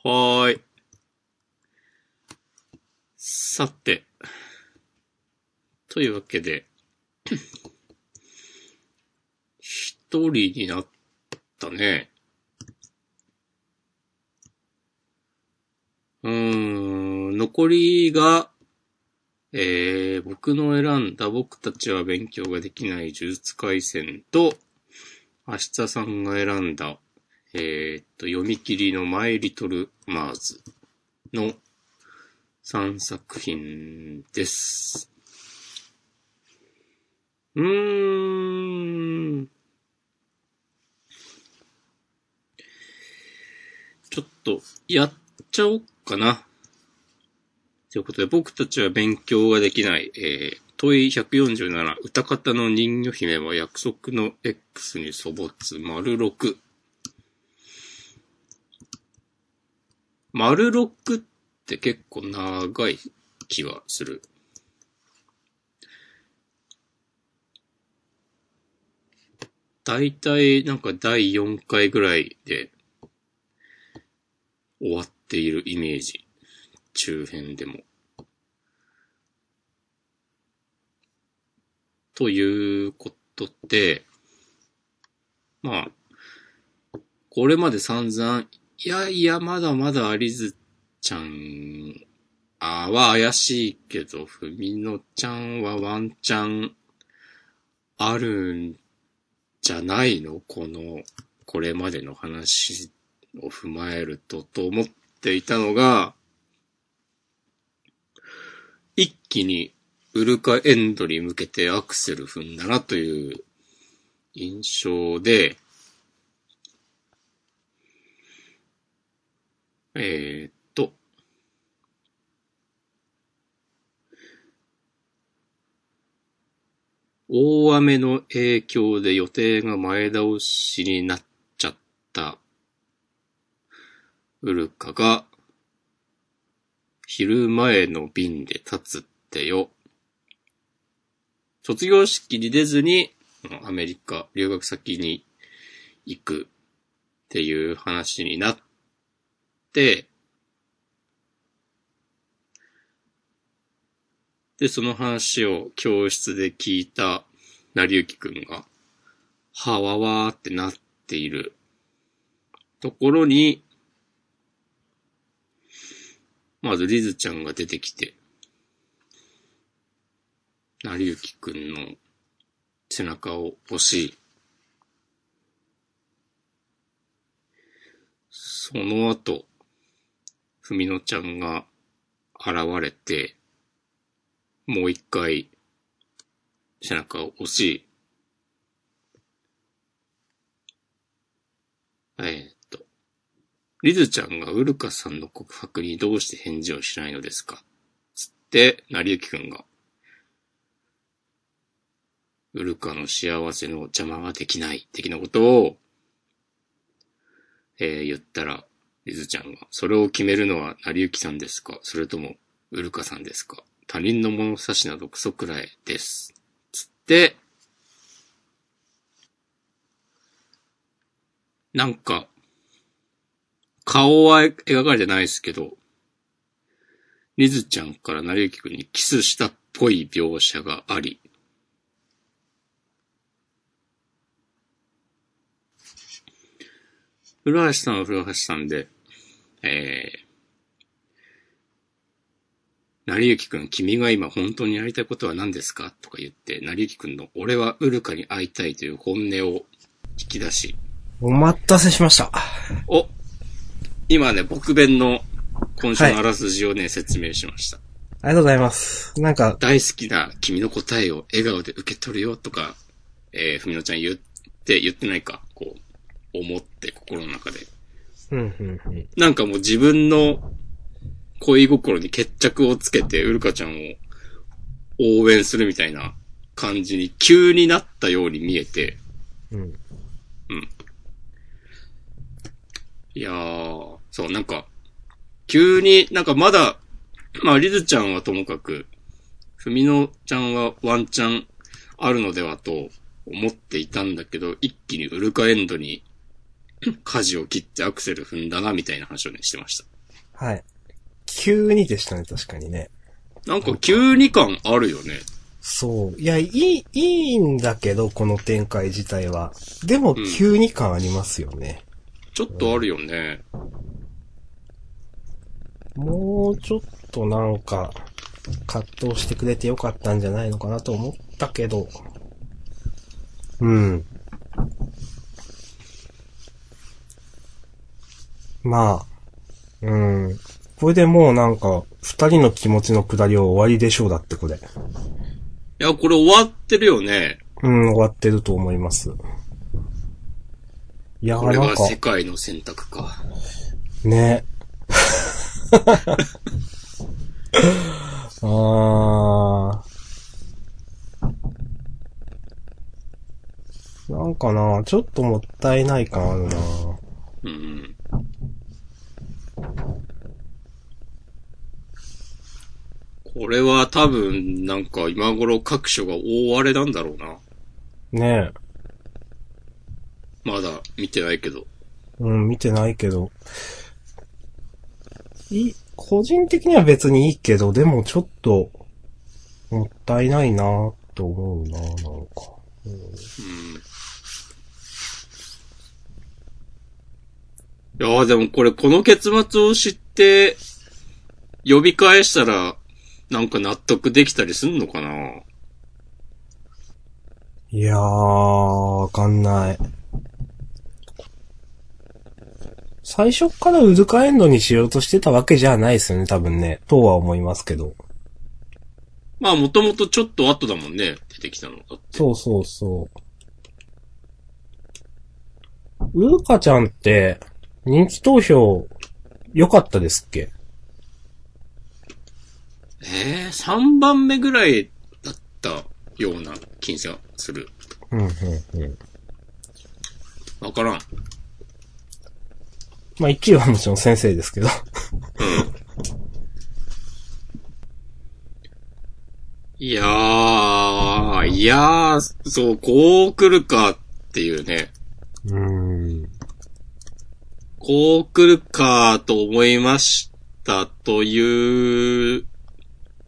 [SPEAKER 1] はーい。さて。というわけで、一人になったね。うーん、残りが、えー、僕の選んだ僕たちは勉強ができない呪術回戦と、明日さんが選んだ、えーっと、読み切りのマイリトルマーズの3作品です。うーん。ちょっと、やっちゃおっかな。ということで、僕たちは勉強ができない、えー、問い147、歌方の人魚姫は約束の X に粗没、丸6。丸6って結構長い気はする。だいたいなんか第4回ぐらいで終わっているイメージ。中編でも。ということで、まあ、これまで散々、いやいや、まだまだアリズちゃんあは怪しいけど、ふみのちゃんはワンチャンあるんじゃないのこの、これまでの話を踏まえると、と思っていたのが、一気にウルカエンドに向けてアクセル踏んだなという印象で、えー、っと、大雨の影響で予定が前倒しになっちゃったウルカが、昼前の便で立つってよ。卒業式に出ずに、アメリカ留学先に行くっていう話になって、で、その話を教室で聞いた成幸くんが、はわわーってなっているところに、まずリズちゃんが出てきて、成りゆきくんの背中を押し、その後、ふみのちゃんが現れて、もう一回背中を押し、えーっと、リズちゃんがウルカさんの告白にどうして返事をしないのですかつって、成りゆきくんが、ウルカの幸せの邪魔ができない、的なことを、えー言ったら、リズちゃんが、それを決めるのは成りゆきさんですかそれとも、ウルカさんですか他人の物差しなどクソくらいです。つって、なんか、顔は描かれてないですけど、リズちゃんから成幸くんにキスしたっぽい描写があり、古橋さんは古橋さんで、えー、成幸くん、君が今本当にやりたいことは何ですかとか言って、成幸くんの俺はウルカに会いたいという本音を引き出し、
[SPEAKER 2] お待たせしました。
[SPEAKER 1] お今ね、僕弁の今週のあらすじをね、説明しました。
[SPEAKER 2] ありがとうございます。なんか、
[SPEAKER 1] 大好きな君の答えを笑顔で受け取るよとか、えー、ふみのちゃん言って、言ってないか、こう、思って心の中で。
[SPEAKER 2] うん、うん、うん。
[SPEAKER 1] なんかもう自分の恋心に決着をつけて、ウルカちゃんを応援するみたいな感じに急になったように見えて、
[SPEAKER 2] うん。
[SPEAKER 1] いやー、そう、なんか、急になんかまだ、まあ、リズちゃんはともかく、ふみのちゃんはワンチャンあるのではと思っていたんだけど、一気にウルカエンドに舵を切ってアクセル踏んだな、みたいな話をね、してました。
[SPEAKER 2] はい。急にでしたね、確かにね。
[SPEAKER 1] なんか急に感あるよね。
[SPEAKER 2] そう。いや、いい、いいんだけど、この展開自体は。でも
[SPEAKER 1] うん、
[SPEAKER 2] 急に感ありますよね。
[SPEAKER 1] ちょっとあるよね。
[SPEAKER 2] もうちょっとなんか、葛藤してくれてよかったんじゃないのかなと思ったけど。うん。まあ、うん。これでもうなんか、二人の気持ちの下りは終わりでしょうだってこれ。
[SPEAKER 1] いや、これ終わってるよね。
[SPEAKER 2] うん、終わってると思います。いや
[SPEAKER 1] こ
[SPEAKER 2] ー
[SPEAKER 1] れ
[SPEAKER 2] なん
[SPEAKER 1] が
[SPEAKER 2] か、
[SPEAKER 1] 世界の選択か。
[SPEAKER 2] ね。 あー。なんかな、ちょっともったいない感あるな。
[SPEAKER 1] うん。これは多分、なんか今頃各所が大荒れなんだろうな。
[SPEAKER 2] ねえ。
[SPEAKER 1] まだ見てないけど。
[SPEAKER 2] うん、見てないけど。い、個人的には別にいいけど、でもちょっと、もったいないなと思うななんか。
[SPEAKER 1] うん。いやーでもこれこの結末を知って、呼び返したら、なんか納得できたりすんのかない
[SPEAKER 2] やー、わかんない。最初からウルカエンドにしようとしてたわけじゃないですよね、多分ね。とは思いますけど。
[SPEAKER 1] まあもともとちょっと後だもんね、出てきたの。だって。
[SPEAKER 2] そうそうそう。ウルカちゃんって、人気投票、良かったですっけ
[SPEAKER 1] えー、3番目ぐらいだったような気がする。
[SPEAKER 2] うん、うん、うん。
[SPEAKER 1] わからん。
[SPEAKER 2] まあ、1位はもちろん先生ですけど。
[SPEAKER 1] いやー、いやー、そう、こう来るかっていうね。
[SPEAKER 2] うーん。
[SPEAKER 1] こう来るかと思いましたという、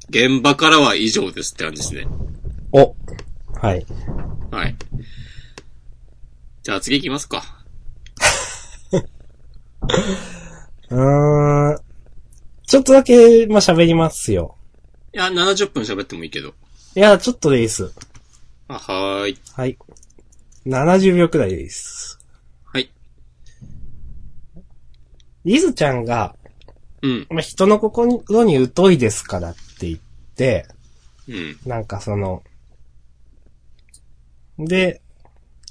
[SPEAKER 1] 現場からは以上ですって感じですね。
[SPEAKER 2] おはい。
[SPEAKER 1] はい。じゃあ次行きますか。
[SPEAKER 2] うーん。ちょっとだけ、まあ、喋りますよ。
[SPEAKER 1] いや、70分喋ってもいいけど。
[SPEAKER 2] いや、ちょっとでいいです。
[SPEAKER 1] あ、はーい。
[SPEAKER 2] はい。70秒くらいです。
[SPEAKER 1] はい。
[SPEAKER 2] リズちゃんが、
[SPEAKER 1] うん、
[SPEAKER 2] まあ、人の心に疎いですからって言って、
[SPEAKER 1] うん、
[SPEAKER 2] なんかその、で、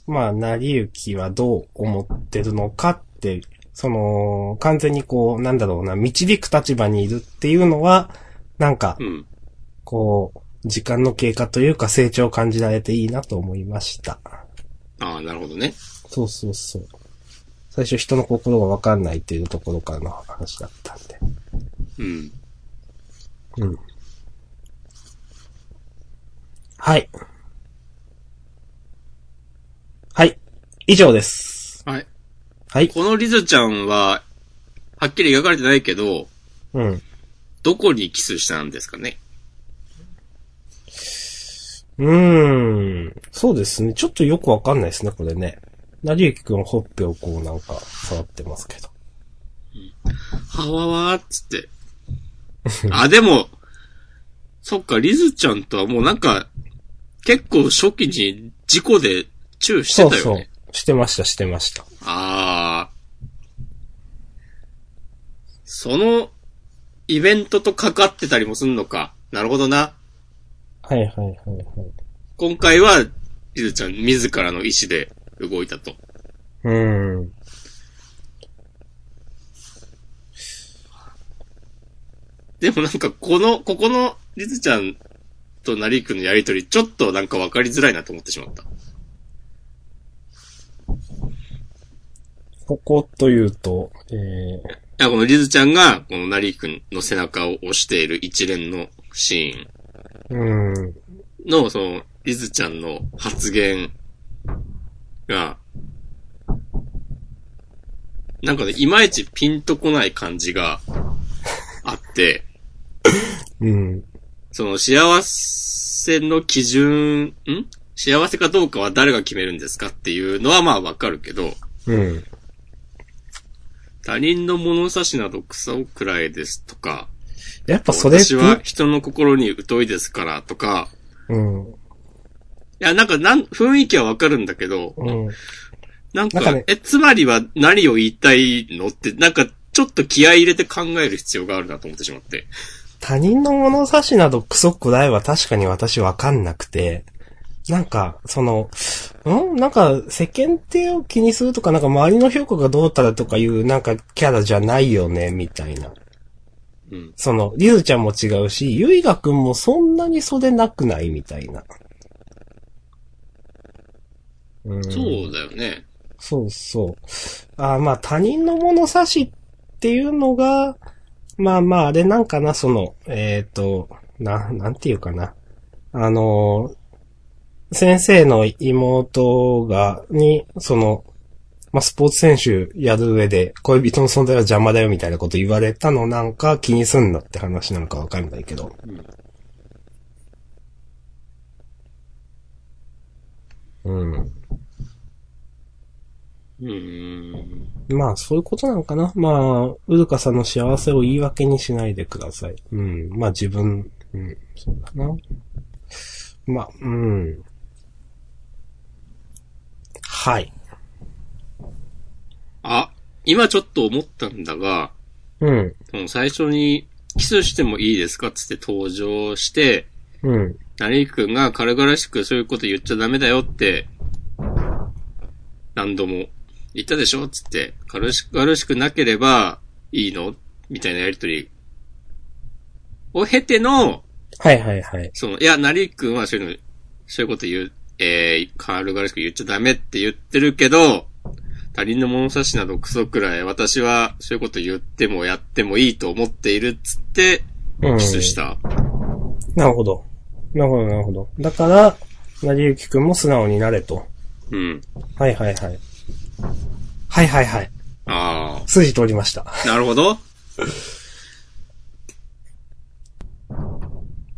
[SPEAKER 2] まあ、成り行きはどう思ってるのかって、その、完全にこう、なんだろうな、導く立場にいるっていうのは、なんか
[SPEAKER 1] う、ん。
[SPEAKER 2] こう、時間の経過というか成長を感じられていいなと思いました。
[SPEAKER 1] ああ、なるほどね。
[SPEAKER 2] そうそうそう。最初人の心がわかんないっていうところからの話だったんで。
[SPEAKER 1] うん。
[SPEAKER 2] うん。はい。はい。以上です。
[SPEAKER 1] はい。
[SPEAKER 2] はい。
[SPEAKER 1] このリズちゃんは、はっきり描かれてないけど、
[SPEAKER 2] うん。
[SPEAKER 1] どこにキスしたんですかね
[SPEAKER 2] うーん。そうですね。ちょっとよくわかんないですね、これね。なりゆきくんほっぺをこうなんか触ってますけど。
[SPEAKER 1] はわわーっつ って。あ、でも、そっか、リズちゃんとはもうなんか、結構初期に事故でチューして
[SPEAKER 2] そう
[SPEAKER 1] たよね。
[SPEAKER 2] そう。してました、してました。
[SPEAKER 1] ああ。その、イベントとかかってたりもすんのか。なるほどな。
[SPEAKER 2] はいはいはいはい。
[SPEAKER 1] 今回は、リズちゃん自らの意志で動いたと。
[SPEAKER 2] うーん。
[SPEAKER 1] でもなんかこの、ここのリズちゃんと成りくんのやりとり、ちょっとなんかわかりづらいなと思ってしまった。
[SPEAKER 2] ここというと、えー、
[SPEAKER 1] いや、このリズちゃんが、このナリー君の背中を押している一連のシ
[SPEAKER 2] うん。
[SPEAKER 1] ーンの、その、リズちゃんの発言が、なんかね、いまいちピンとこない感じがあって、
[SPEAKER 2] うん。
[SPEAKER 1] その幸せの基準、ん幸せかどうかは誰が決めるんですかっていうのはまあわかるけど、
[SPEAKER 2] うん。
[SPEAKER 1] 他人の物差しなど草をくらいですとか、
[SPEAKER 2] やっぱそれっ
[SPEAKER 1] 私
[SPEAKER 2] て
[SPEAKER 1] は人の心に疎いですからとか、
[SPEAKER 2] うん。
[SPEAKER 1] いや、なんか、なん、雰囲気はわかるんだけど、
[SPEAKER 2] うん。
[SPEAKER 1] なんか、
[SPEAKER 2] なんかね
[SPEAKER 1] え、つまりは何を言いたいのって、なんか、ちょっと気合い入れて考える必要があるなと思ってしまって。
[SPEAKER 2] 他人の物差しなどクソくらいは確かに私わかんなくて、なんか、その、んなんか、世間体を気にするとか、なんか周りの評価がどうたらとかいう、なんかキャラじゃないよね、みたいな。
[SPEAKER 1] うん。
[SPEAKER 2] その、リズちゃんも違うし、ゆいがくんもそんなに袖なくないみたいな。うん
[SPEAKER 1] そうだよね。
[SPEAKER 2] そうそう。あーまあ他人の物差しっていうのが、まあまああれなんかな、その、えっ、と、な、なんていうかな。あのー先生の妹が、に、その、まあ、スポーツ選手やる上で恋人の存在は邪魔だよみたいなこと言われたのなんか気にすんなって話なんかわかんないけど。うん。
[SPEAKER 1] うーん。
[SPEAKER 2] まあ、そういうことなのかな。まあ、うるかさんの幸せを言い訳にしないでください。うん。まあ、自分、うん、そうだな。まあ、うん。はい。
[SPEAKER 1] あ、今ちょっと思ったんだが、
[SPEAKER 2] うん、
[SPEAKER 1] その最初に、キスしてもいいですかっつって登場して、
[SPEAKER 2] うん、
[SPEAKER 1] 成井くんが軽々しくそういうこと言っちゃダメだよって、何度も言ったでしょつって、軽々しく軽々しくなければいいのみたいなやりとりを経ての、
[SPEAKER 2] はいはいはい。
[SPEAKER 1] その、いや、成井くんはそういうの、そういうこと言う、えー、軽々しく言っちゃダメって言ってるけど、他人の物差しなどクソくらい私はそういうこと言ってもやってもいいと思っているっつって、
[SPEAKER 2] うん。
[SPEAKER 1] キスした。
[SPEAKER 2] なるほど。なるほど、なるほど。だから、なりゆきくんも素直になれと。
[SPEAKER 1] うん。
[SPEAKER 2] はいはいはい。はいはいはい。
[SPEAKER 1] あ
[SPEAKER 2] 数字通りました。
[SPEAKER 1] あ、なるほど。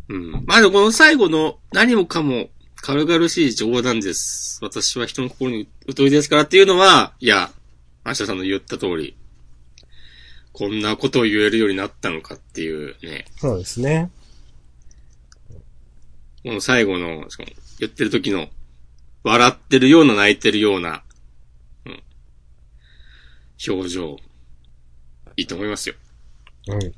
[SPEAKER 1] うん。まあでもこの最後の何もかも軽々しい冗談です。私は人の心に疎いですからっていうのは、いや、アシャさんの言った通り、こんなことを言えるようになったのかっていうね、
[SPEAKER 2] そうですね。
[SPEAKER 1] この最後の、その言ってる時の、笑ってるような泣いてるような、うん、表情、いいと思いますよ。
[SPEAKER 2] うん。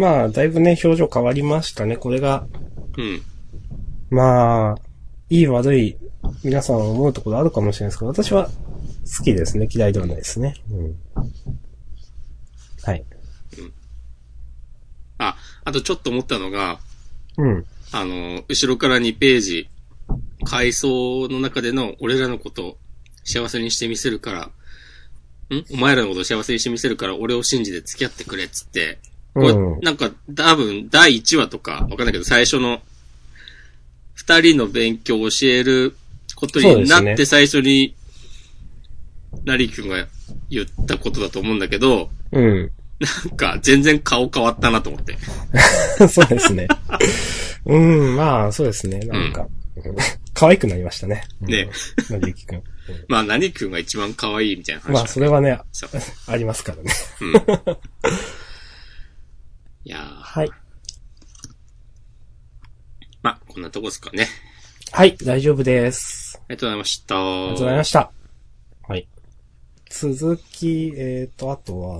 [SPEAKER 2] まあ、だいぶね、表情変わりましたね。これが、
[SPEAKER 1] うん。
[SPEAKER 2] まあ、いい悪い、皆さん思うところあるかもしれないですけど、私は好きですね。嫌いではないですね。うん。はい。
[SPEAKER 1] あ、あとちょっと思ったのが、
[SPEAKER 2] うん。
[SPEAKER 1] あの、後ろから2ページ、回想の中での俺らのこと、幸せにしてみせるから、んお前らのこと幸せにしてみせるから、俺を信じて付き合ってくれっつって、これ
[SPEAKER 2] うん
[SPEAKER 1] なんか、多分、第1話とか、わかんないけど、最初の、二人の勉強を教えること
[SPEAKER 2] そうで
[SPEAKER 1] にな
[SPEAKER 2] す
[SPEAKER 1] っ
[SPEAKER 2] ね
[SPEAKER 1] て、最初に、なりくんが言ったことだと思うんだけど、
[SPEAKER 2] う
[SPEAKER 1] なんか、全然顔変わったなと思って。
[SPEAKER 2] ん。 そうですね。うん、まあ、そうですね。なんか、うん可愛くなりましたね。
[SPEAKER 1] ね
[SPEAKER 2] うん。なりゆきくん。
[SPEAKER 1] まあ、何君が一番可愛いみたいな話
[SPEAKER 2] まあ、それはね、
[SPEAKER 1] そう
[SPEAKER 2] ありますからね。
[SPEAKER 1] うん。いやー
[SPEAKER 2] はい。
[SPEAKER 1] まあ、こんなとこですかね。
[SPEAKER 2] はい、大丈夫です。
[SPEAKER 1] ありがとうございました。
[SPEAKER 2] ありがとうございました。はい。続き、えっ、と、あとは、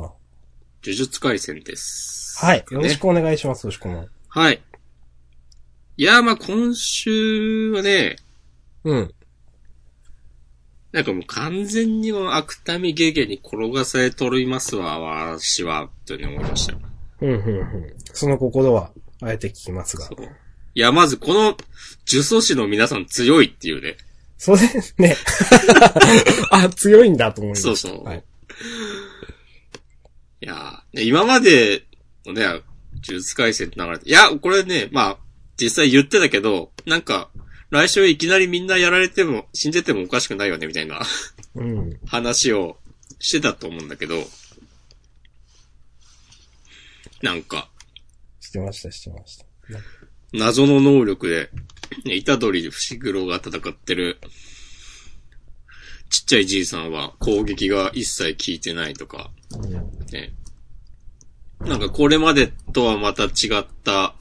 [SPEAKER 1] 呪術廻戦です。
[SPEAKER 2] はい。よろし
[SPEAKER 1] ね
[SPEAKER 2] くお願いします、よろしくお願い。
[SPEAKER 1] はい。いやー、まあ、今週はね、
[SPEAKER 2] うん。
[SPEAKER 1] なんかもう完全にもう悪民ゲゲに転がされとりますわ、わしは、とね思いました。
[SPEAKER 2] うん、うん、うん。その心は、あえて聞きますが
[SPEAKER 1] そ。う。いや、まずこの、呪詛師の皆さん強いっていうね。
[SPEAKER 2] それね。 あ、強いんだと思います。
[SPEAKER 1] そうそう
[SPEAKER 2] はい。
[SPEAKER 1] いやーね今までのね、呪術改戦って流れて、いや、これね、まあ、実際言ってたけど、なんか、来週いきなりみんなやられても、死んでてもおかしくないよね、みたいな
[SPEAKER 2] うん。
[SPEAKER 1] 話をしてたと思うんだけど、なんか、
[SPEAKER 2] してました、してました。
[SPEAKER 1] 謎の能力で、ね、虎杖伏黒が戦ってる、ちっちゃいじいさんは攻撃が一切効いてないとか、
[SPEAKER 2] うん
[SPEAKER 1] ね。なんかこれまでとはまた違った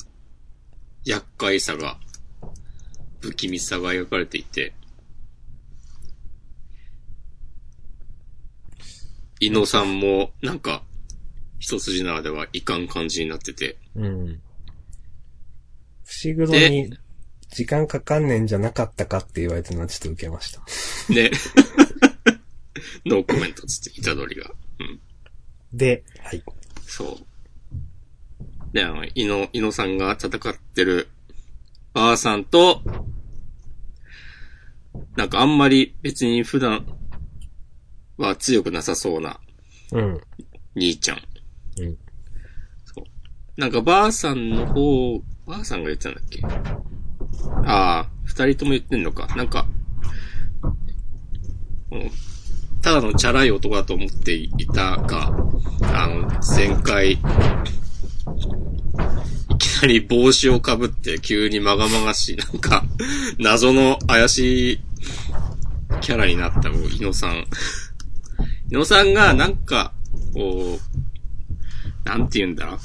[SPEAKER 1] 厄介さが、不気味さが描かれていて、伊野さんもなんか、一筋縄ではいかん感じになってて、
[SPEAKER 2] うん。伏黒に時間かかんねんじゃなかったかって言われてるのはちょっと受けました。
[SPEAKER 1] ね。ノーコメントっつって、虎杖が。うん。
[SPEAKER 2] で、はい。
[SPEAKER 1] そう。で、あの、伊野、伊野さんが戦ってる、ばあさんと、なんかあんまり別に普段は強くなさそうな
[SPEAKER 2] うん。
[SPEAKER 1] 兄ちゃん。
[SPEAKER 2] うん。
[SPEAKER 1] そう。なんかばあさんの方、ばあさんが言ってたんだっけああ、二人とも言ってんのか。なんか、このただのチャラい男だと思っていたが、あの、前回、いきなり帽子をかぶって急にまがまがしい、なんか、謎の怪しいキャラになった、こう、伊野さん。伊野さんが、なんか、こう、なんて言うんだ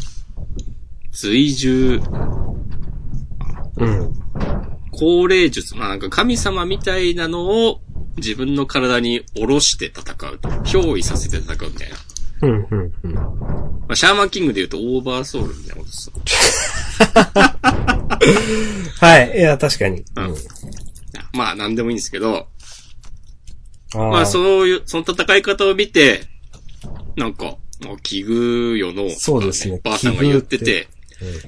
[SPEAKER 1] 追従、
[SPEAKER 2] うん。
[SPEAKER 1] 高齢術、まあなんか神様みたいなのを自分の体に下ろして戦うと。憑依させて戦うみたいな。
[SPEAKER 2] うん、うん、うん。
[SPEAKER 1] まあシャーマンキングで言うとオーバーソウルみたいなことです。
[SPEAKER 2] はい。いや、確かに。
[SPEAKER 1] うんまあなんでもいいんですけど、
[SPEAKER 2] あ
[SPEAKER 1] まあ
[SPEAKER 2] そ
[SPEAKER 1] そういう、その戦い方を見て、なんか、まあ奇遇よの、
[SPEAKER 2] そうですね
[SPEAKER 1] なんかばあさんが言ってて、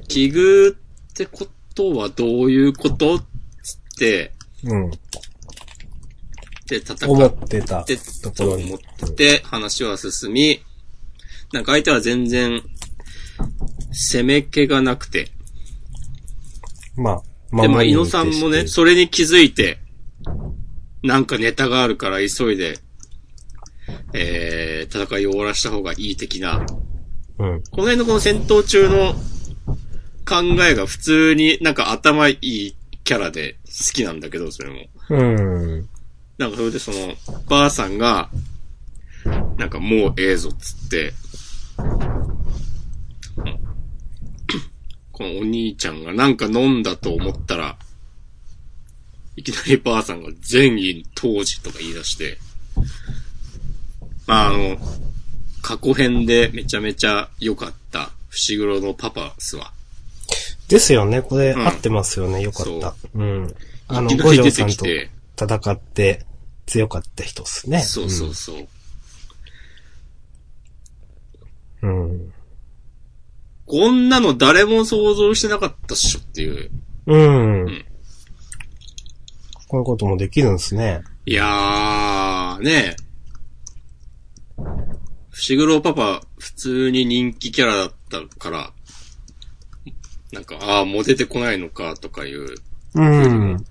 [SPEAKER 2] う。
[SPEAKER 1] 奇遇ってことはどういうことつって、
[SPEAKER 2] うん。
[SPEAKER 1] で戦
[SPEAKER 2] 思
[SPEAKER 1] っ
[SPEAKER 2] ってた
[SPEAKER 1] って
[SPEAKER 2] とこ
[SPEAKER 1] と
[SPEAKER 2] ろ
[SPEAKER 1] 思
[SPEAKER 2] に。
[SPEAKER 1] って話は進み、なんか相手は全然攻め気がなくて。
[SPEAKER 2] まあ、
[SPEAKER 1] で、まあ、
[SPEAKER 2] 守り
[SPEAKER 1] 井
[SPEAKER 2] に
[SPEAKER 1] 野さんもね、
[SPEAKER 2] 徹して
[SPEAKER 1] それに気づいて、なんかネタがあるから急いで、えー、戦いを終わらした方がいい的な。
[SPEAKER 2] うん。
[SPEAKER 1] この辺のこの戦闘中の考えが普通になんか頭いいキャラで好きなんだけど、それも。
[SPEAKER 2] うん。
[SPEAKER 1] なんかそれでその、ばあさんが、なんかもうええぞっつって、このお兄ちゃんがなんか飲んだと思ったら、いきなりばあさんが善意当時とか言い出して、まああの、過去編でめちゃめちゃ良かった、伏黒のパパスは、
[SPEAKER 2] ですよね。これ、
[SPEAKER 1] うん
[SPEAKER 2] 合ってますよね。よかった。うん。あの、
[SPEAKER 1] いきな
[SPEAKER 2] 五
[SPEAKER 1] り
[SPEAKER 2] 条
[SPEAKER 1] 出て
[SPEAKER 2] さん
[SPEAKER 1] き
[SPEAKER 2] と
[SPEAKER 1] て、
[SPEAKER 2] 戦って強かった人っすね。
[SPEAKER 1] そうそうそう。
[SPEAKER 2] うん。うん。
[SPEAKER 1] こんなの誰も想像してなかったっしょっていう。
[SPEAKER 2] うん
[SPEAKER 1] うん
[SPEAKER 2] こういうこともできるんですね。
[SPEAKER 1] いやー、ねえ。伏黒パパ、普通に人気キャラだったから、なんか、ああ、もう出てこないのか、とかいう、
[SPEAKER 2] うん。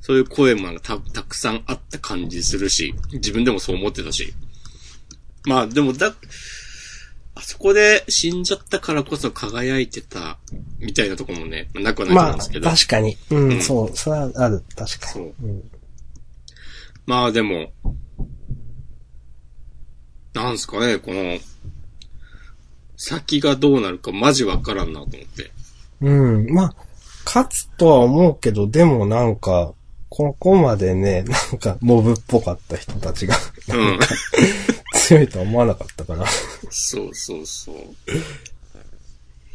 [SPEAKER 1] そういう声もなんかたたくさんあった感じするし、自分でもそう思ってたし。まあ、でもだ、あそこで死んじゃったからこそ輝いてた、みたいなとこもね、なくはないと思
[SPEAKER 2] ま
[SPEAKER 1] う
[SPEAKER 2] あ、
[SPEAKER 1] んですけ
[SPEAKER 2] 確
[SPEAKER 1] ど。
[SPEAKER 2] かに。うん、
[SPEAKER 1] うん
[SPEAKER 2] そう、それはある、確か
[SPEAKER 1] そ
[SPEAKER 2] に。
[SPEAKER 1] う。
[SPEAKER 2] うん、
[SPEAKER 1] まあでも、なんすかね、この、先がどうなるかマジわからんなと思って。
[SPEAKER 2] うん、まあ、勝つとは思うけど、でもなんか、ここまでね、 なんか、モブっぽかった人たちが
[SPEAKER 1] うん。
[SPEAKER 2] 強いとは思わなかったから。
[SPEAKER 1] そうそうそう。い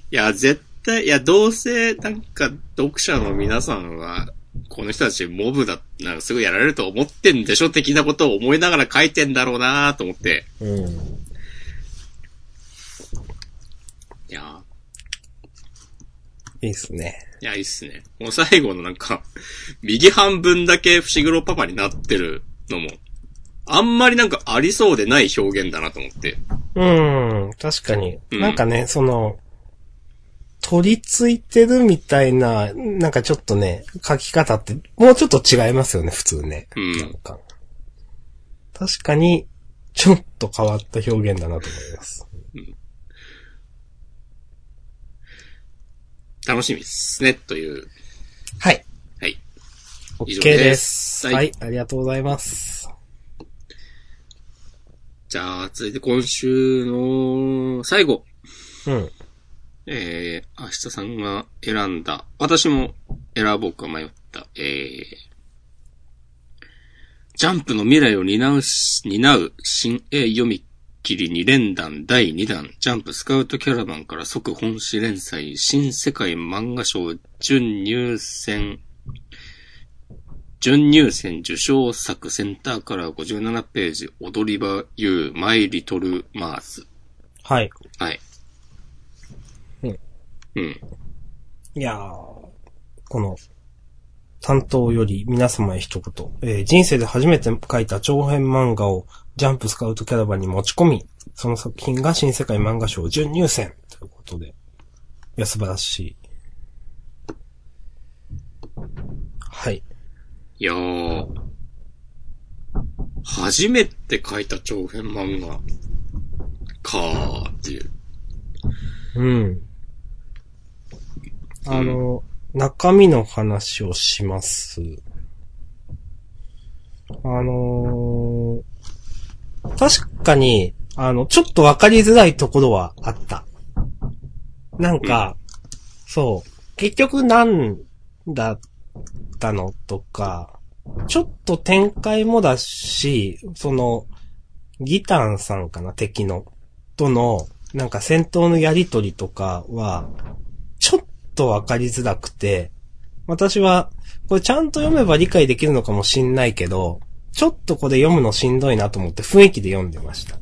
[SPEAKER 1] や、絶対、いや、どうせ、なんか、読者の皆さんは、この人たちモブだ、なんかすぐやられると思ってんでしょ的なことを思いながら書いてんだろうなと思って。
[SPEAKER 2] うん。
[SPEAKER 1] いやー
[SPEAKER 2] いいっすね。
[SPEAKER 1] いや、いいっすね。もう最後のなんか、 右半分だけ伏黒パパになってるのも、あんまりなんかありそうでない表現だなと思って。
[SPEAKER 2] うん、確かに。
[SPEAKER 1] うん
[SPEAKER 2] なんかね、その、取り付いてるみたいな、なんかちょっとね、書き方って、もうちょっと違いますよね、普通ね。
[SPEAKER 1] うん
[SPEAKER 2] なんか。確かに、ちょっと変わった表現だなと思います。
[SPEAKER 1] 楽しみですね、という。
[SPEAKER 2] はい。
[SPEAKER 1] はい。以上
[SPEAKER 2] OK
[SPEAKER 1] で
[SPEAKER 2] ですす。
[SPEAKER 1] はい
[SPEAKER 2] はい、ありがとうございます。
[SPEAKER 1] じゃあ、続いて今週の最後。
[SPEAKER 2] うん。
[SPEAKER 1] えー、明日さんが選んだ、私も選ぼうか迷った、えー、ジャンプの未来を担うし、担う新鋭読み切り2連弾第2弾、ジャンプスカウトキャラバンから即本誌連載、新世界漫画賞準入選、準入選受賞作センターカラー57ページ、踊り場 U マイリトルマーズ。
[SPEAKER 2] はい。
[SPEAKER 1] はい。
[SPEAKER 2] うん。
[SPEAKER 1] うん。
[SPEAKER 2] いやー、この、担当より皆様へ一言、えー人生で初めて書いた長編漫画をジャンプスカウトキャラバンに持ち込み、その作品が新世界漫画賞準入選ということで。いや、素晴らしい。はい。
[SPEAKER 1] いやー、初めて書いた長編漫画かーっていう。
[SPEAKER 2] うん。あの、中身の話をします。あのー確かに、あの、ちょっとわかりづらいところはあった。なんか、そう、結局なんだったのとか、ちょっと展開もだし、その、ギタンさんかな、敵の。との、なんか戦闘のやりとりとかは、ちょっとわかりづらくて、私は、これちゃんと読めば理解できるのかもしんないけど、ちょっとこれ読むのしんどいなと思って雰囲気で読んでました。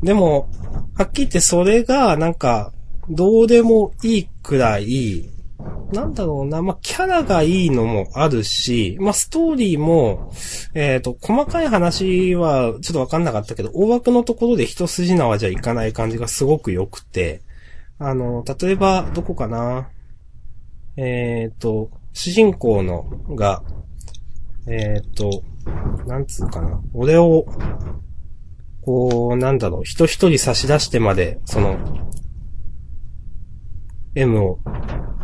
[SPEAKER 2] でも、はっきり言ってそれが、なんか、どうでもいいくらい、なんだろうな、まあ、キャラがいいのもあるし、まあ、ストーリーも、えっ、と、細かい話はちょっとわかんなかったけど、大枠のところで一筋縄じゃいかない感じがすごく良くて、あの、例えば、どこかなえっ、と、主人公のが、えっ、と、なんつうかな、俺を、こう、なんだろう、人一人差し出してまで、その、M を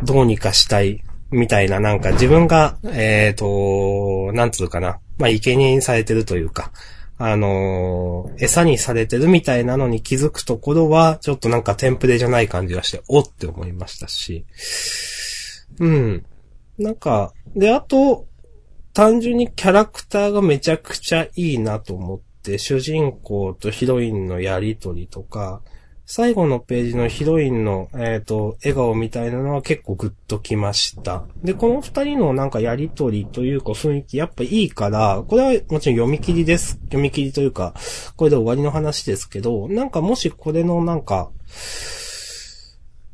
[SPEAKER 2] どうにかしたい、みたいな、なんか自分が、えっ、と、なんつうかな、まあ、生贄にされてるというか、あのー餌にされてるみたいなのに気づくところは、ちょっとなんかテンプレじゃない感じがして、おって思いましたし、うん。なんか、で、あと、単純にキャラクターがめちゃくちゃいいなと思って、主人公とヒロインのやりとりとか、最後のページのヒロインの、えっ、と、笑顔みたいなのは結構グッときました。で、この二人のなんかやりとりというか雰囲気やっぱいいから、これはもちろん読み切りです。読み切りというか、これで終わりの話ですけど、なんかもしこれのなんか、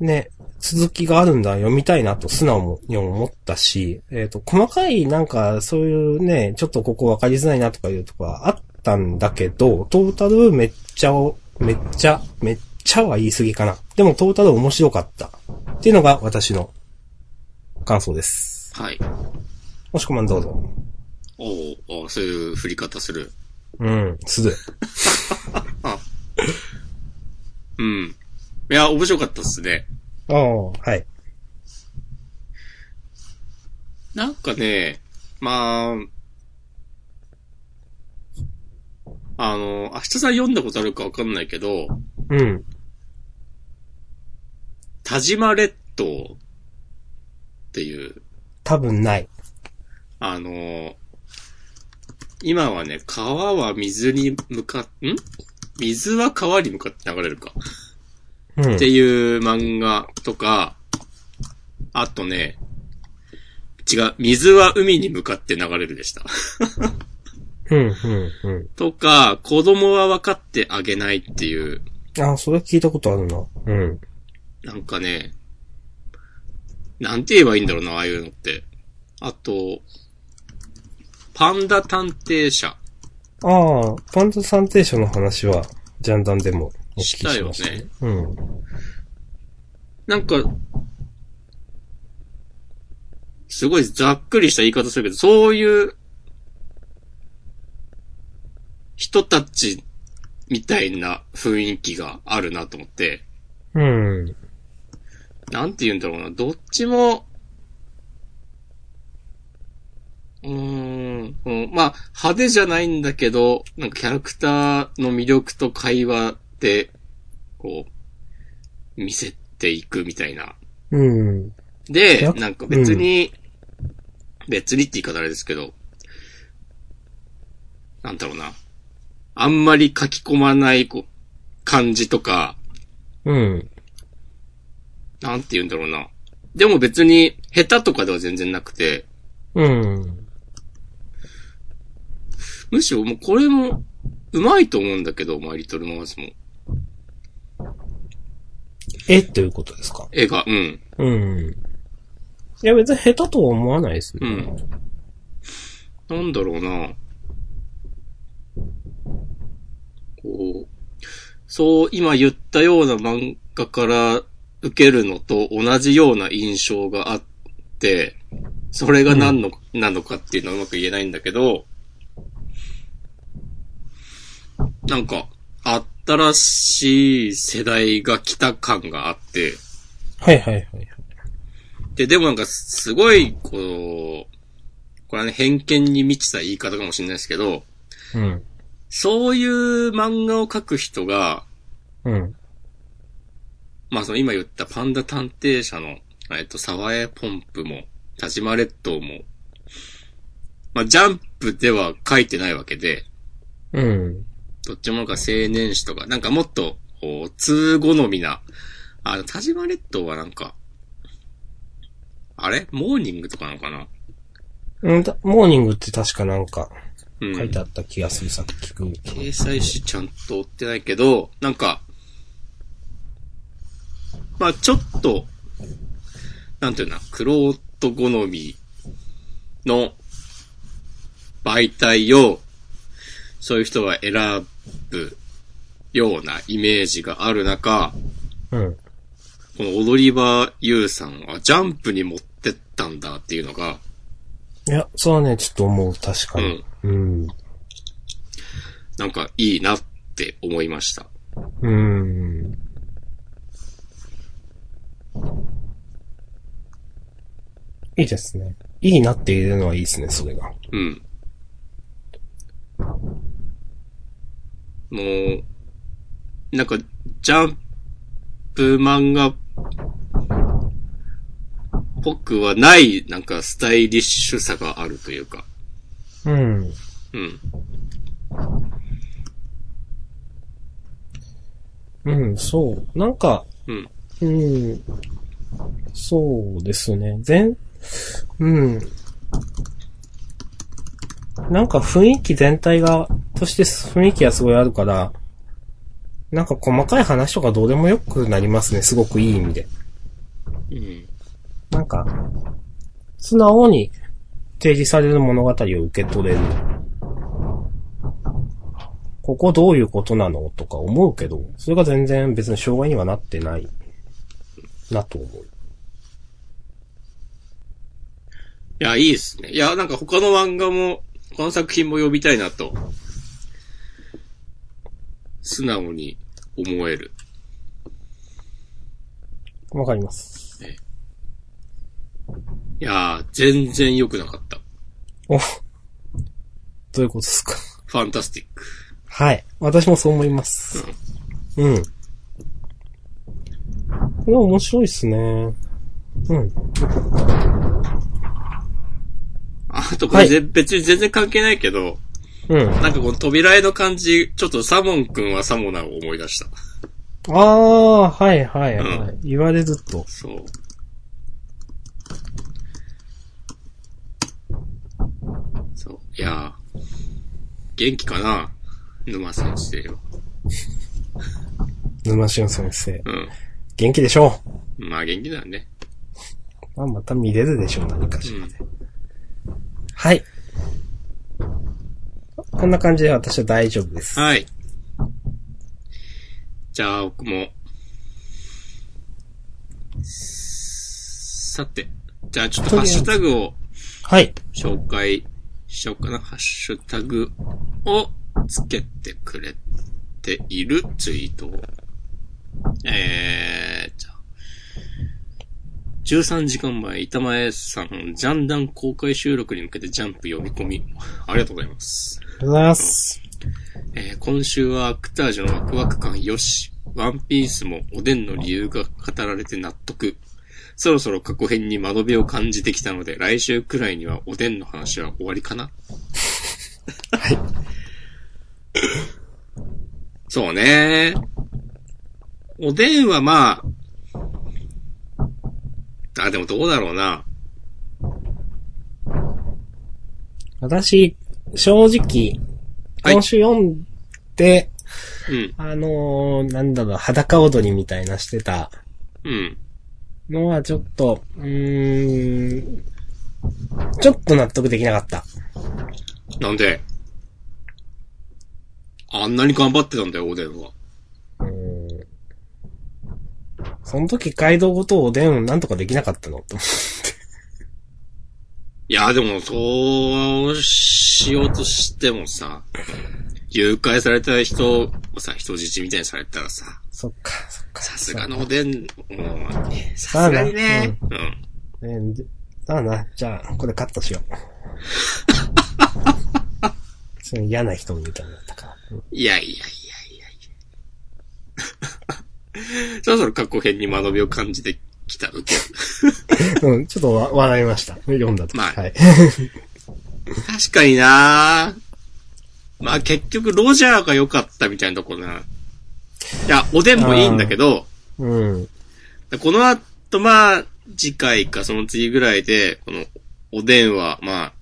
[SPEAKER 2] ね、続きがあるんだ、読みたいなと素直に思ったし、えっ、と、細かいなんかそういうね、ちょっとここわかりづらいなとかいうとこはあったんだけど、トータルめっちゃお、めっちゃ、めっちゃは言い過ぎかな。でもトータル面白かった。っていうのが私の感想です。
[SPEAKER 1] はい。
[SPEAKER 2] もしこまんどうぞ。
[SPEAKER 1] おーおーそういう振り方する。
[SPEAKER 2] うん、すず。
[SPEAKER 1] うん。いや、面白かったっすね。
[SPEAKER 2] ああ、はい。
[SPEAKER 1] なんかね、まあ、あの、明日さん読んだことあるかわかんないけど、
[SPEAKER 2] うん。
[SPEAKER 1] 田島列島っていう
[SPEAKER 2] 多分ない。
[SPEAKER 1] あのー今はね、川は水に向かっ、ん水は川に向かって流れるか。
[SPEAKER 2] うん
[SPEAKER 1] って。いう漫画とか、あとね、違う、水は海に向かって流れるでした。
[SPEAKER 2] うん、うん、
[SPEAKER 1] とか、子供は分かってあげないっていう、
[SPEAKER 2] うん。ああ、それ聞いたことあるな。うん。
[SPEAKER 1] なんかね、なんて言えばいいんだろうな、ああいうのって。あと、パンダ探偵社
[SPEAKER 2] ああ、パンダ探偵社の話は、ジャンダンでもお聞きしま
[SPEAKER 1] し
[SPEAKER 2] し
[SPEAKER 1] た
[SPEAKER 2] た。
[SPEAKER 1] よね
[SPEAKER 2] うん。
[SPEAKER 1] なんか、すごいざっくりした言い方するけど、そういう人たちみたいな雰囲気があるなと思って、
[SPEAKER 2] うん。
[SPEAKER 1] なんて言うんだろうな、どっちも、うーん、うんまあ、派手じゃないんだけど、なんかキャラクターの魅力と会話で、こう、見せていくみたいな。
[SPEAKER 2] うん。い
[SPEAKER 1] で、
[SPEAKER 2] や
[SPEAKER 1] なんか別に、別にって言い方あれですけど、なんだろうな。あんまり書き込まないこう感じとか、
[SPEAKER 2] うん。
[SPEAKER 1] なんて言うんだろうな。でも別に、下手とかでは全然なくて、
[SPEAKER 2] うん。
[SPEAKER 1] むしろもうこれも、うまいと思うんだけど、マイリトルマウスも。
[SPEAKER 2] え、ということですか
[SPEAKER 1] 絵が、うん。
[SPEAKER 2] うん。いや、別に下手とは思わないです
[SPEAKER 1] う
[SPEAKER 2] ね。
[SPEAKER 1] ん。なんだろうな。こう、そう、今言ったような漫画から受けるのと同じような印象があって、それが何の、なのかっていうのはうまく言えないんだけど、なんか、新しい世代が来た感があって、
[SPEAKER 2] はいはいはい。
[SPEAKER 1] で、でもなんか、すごい、こう、これはね、偏見に満ちた言い方かもしれないですけど、
[SPEAKER 2] うん。
[SPEAKER 1] そういう漫画を描く人が、
[SPEAKER 2] うん。
[SPEAKER 1] まあその今言ったパンダ探偵社の、えっと、沢江ポンプも、田島列島も、まあジャンプでは書いてないわけで、
[SPEAKER 2] うん。
[SPEAKER 1] どっちもなんか青年誌とか、なんかもっと、こう、通好みな、あの、田島列島はなんか、あれモーニングとかなのかな
[SPEAKER 2] うんだモーニングって確かなんか
[SPEAKER 1] うん。
[SPEAKER 2] 書いてあった気がする、さっき聞く。
[SPEAKER 1] 掲載誌ちゃんと追ってないけど、なんか、まあちょっと、なんていうのかな、クロート好みの媒体を、そういう人が選ぶようなイメージがある中、
[SPEAKER 2] うん。
[SPEAKER 1] この踊り場優さんはジャンプに持ってったんだっていうのが、
[SPEAKER 2] いや、そうはね、ちょっと思う、確かに。うん。
[SPEAKER 1] なんかいいなって思いました。
[SPEAKER 2] うん。いいですね。いいなって言えるのはいいですね、それが。
[SPEAKER 1] うん。もう、なんか、ジャンプ漫画っぽくはない、なんか、スタイリッシュさがあるというか。
[SPEAKER 2] うん。
[SPEAKER 1] うん。
[SPEAKER 2] うん、そう。なんか、
[SPEAKER 1] うん。
[SPEAKER 2] うん。そうですね。全、うん。なんか雰囲気全体が、として雰囲気がすごいあるから、なんか細かい話とかどうでもよくなりますね。すごくいい意味で。
[SPEAKER 1] うん。
[SPEAKER 2] なんか、素直に提示される物語を受け取れる。ここどういうことなのとか思うけど、それが全然別に障害にはなってない、なと思う。
[SPEAKER 1] いや、いいですね。いや、なんか他の漫画も、他の作品も呼びたいなと、素直に思える。
[SPEAKER 2] わかります。
[SPEAKER 1] いやー、全然良くなかった。
[SPEAKER 2] お、どういうことですか。
[SPEAKER 1] ファンタスティック。
[SPEAKER 2] はい。私もそう思います。うん。これ面白いっすね。うん。
[SPEAKER 1] あとこれ、ぜ別に全然関係ないけど、
[SPEAKER 2] うん。
[SPEAKER 1] なんかこの扉絵の感じ、ちょっとサモン君はサモナを思い出した。
[SPEAKER 2] ああ、はいはいはい。言われると。
[SPEAKER 1] そう。そう。いやー元気かな沼先生は。
[SPEAKER 2] 沼島先生。
[SPEAKER 1] うん。
[SPEAKER 2] 元気でしょ
[SPEAKER 1] まあ元気だね。
[SPEAKER 2] う。まあ、また見れるでしょう、何かしら。
[SPEAKER 1] う
[SPEAKER 2] はい。こんな感じで私は大丈夫です。
[SPEAKER 1] ん。
[SPEAKER 2] い。
[SPEAKER 1] はい。じゃあ、僕も。さて。じゃあ、ちょっとハッシュタグを
[SPEAKER 2] はい。
[SPEAKER 1] 紹介しようかな。ハッシュタグをつけてくれているツイートを。えー、じゃあ13時間前、板前さん、ジャンダン公開収録に向けてジャンプ読み込み。ありがとうございます。
[SPEAKER 2] ありがとうございます。
[SPEAKER 1] えー今週はアクタージュのワクワク感よし。ワンピースもおでんの理由が語られて納得。そろそろ過去編に窓辺を感じてきたので、来週くらいにはおでんの話は終わりかな
[SPEAKER 2] はい。
[SPEAKER 1] そうね。おでんはまあ、あ、でもどうだろうな。
[SPEAKER 2] 私、正直、
[SPEAKER 1] はい
[SPEAKER 2] 今週読んで、
[SPEAKER 1] うん、
[SPEAKER 2] あのー、なんだろう、裸踊りみたいなしてた
[SPEAKER 1] うん、
[SPEAKER 2] のはちょっと、うーん、ちょっと納得できなかった。
[SPEAKER 1] なんで。あんなに頑張ってたんだよ、おでんは。
[SPEAKER 2] うーんその時、街道ごとおでんなんとかできなかったのと思
[SPEAKER 1] いや、でも、そうしようとしてもさ、誘拐された人をさ、人質みたいにされたらさ、
[SPEAKER 2] うそっか、そっか。
[SPEAKER 1] さすがのおでん、もうね
[SPEAKER 2] ま
[SPEAKER 1] さ
[SPEAKER 2] あ
[SPEAKER 1] す
[SPEAKER 2] ね
[SPEAKER 1] がにね、うん。
[SPEAKER 2] えーじだな、じゃあ、これカッ トしよう。その嫌な人みたいになったから。うん
[SPEAKER 1] いやいやいやいやいや。 そろそろ過去編に学びを感じてきた受け。
[SPEAKER 2] うん、ちょっとわ笑いました。読んだと。
[SPEAKER 1] まあ
[SPEAKER 2] はい。
[SPEAKER 1] 確かになまあ結局、ロジャーが良かったみたいなとこな。いや、おでんもいいんだけど、
[SPEAKER 2] うん。
[SPEAKER 1] この後、まあ、次回かその次ぐらいで、この、おでんは、まあ、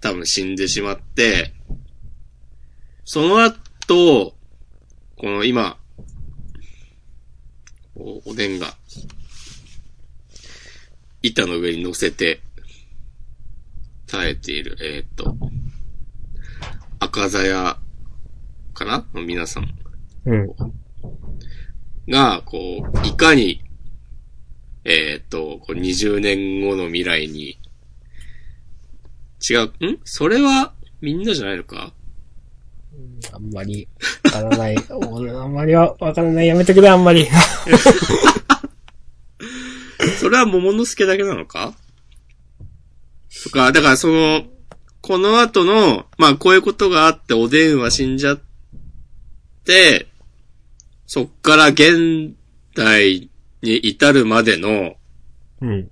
[SPEAKER 1] 多分死んでしまって、その後、この今、おおでんが、板の上に乗せて、耐えている、えーっ、と、赤座屋かなの皆さん。
[SPEAKER 2] うん。
[SPEAKER 1] が、こう、いかに、えーっと、こう20年後の未来に、違う、んそれは、みんなじゃないのか
[SPEAKER 2] あんまり、わからない。俺あんまりは、わからない。やめてくれ、あんまり。
[SPEAKER 1] それは桃之助だけなのかとか、だからその、この後の、まあこういうことがあっておでんは死んじゃって、そっから現代に至るまでの、
[SPEAKER 2] うん。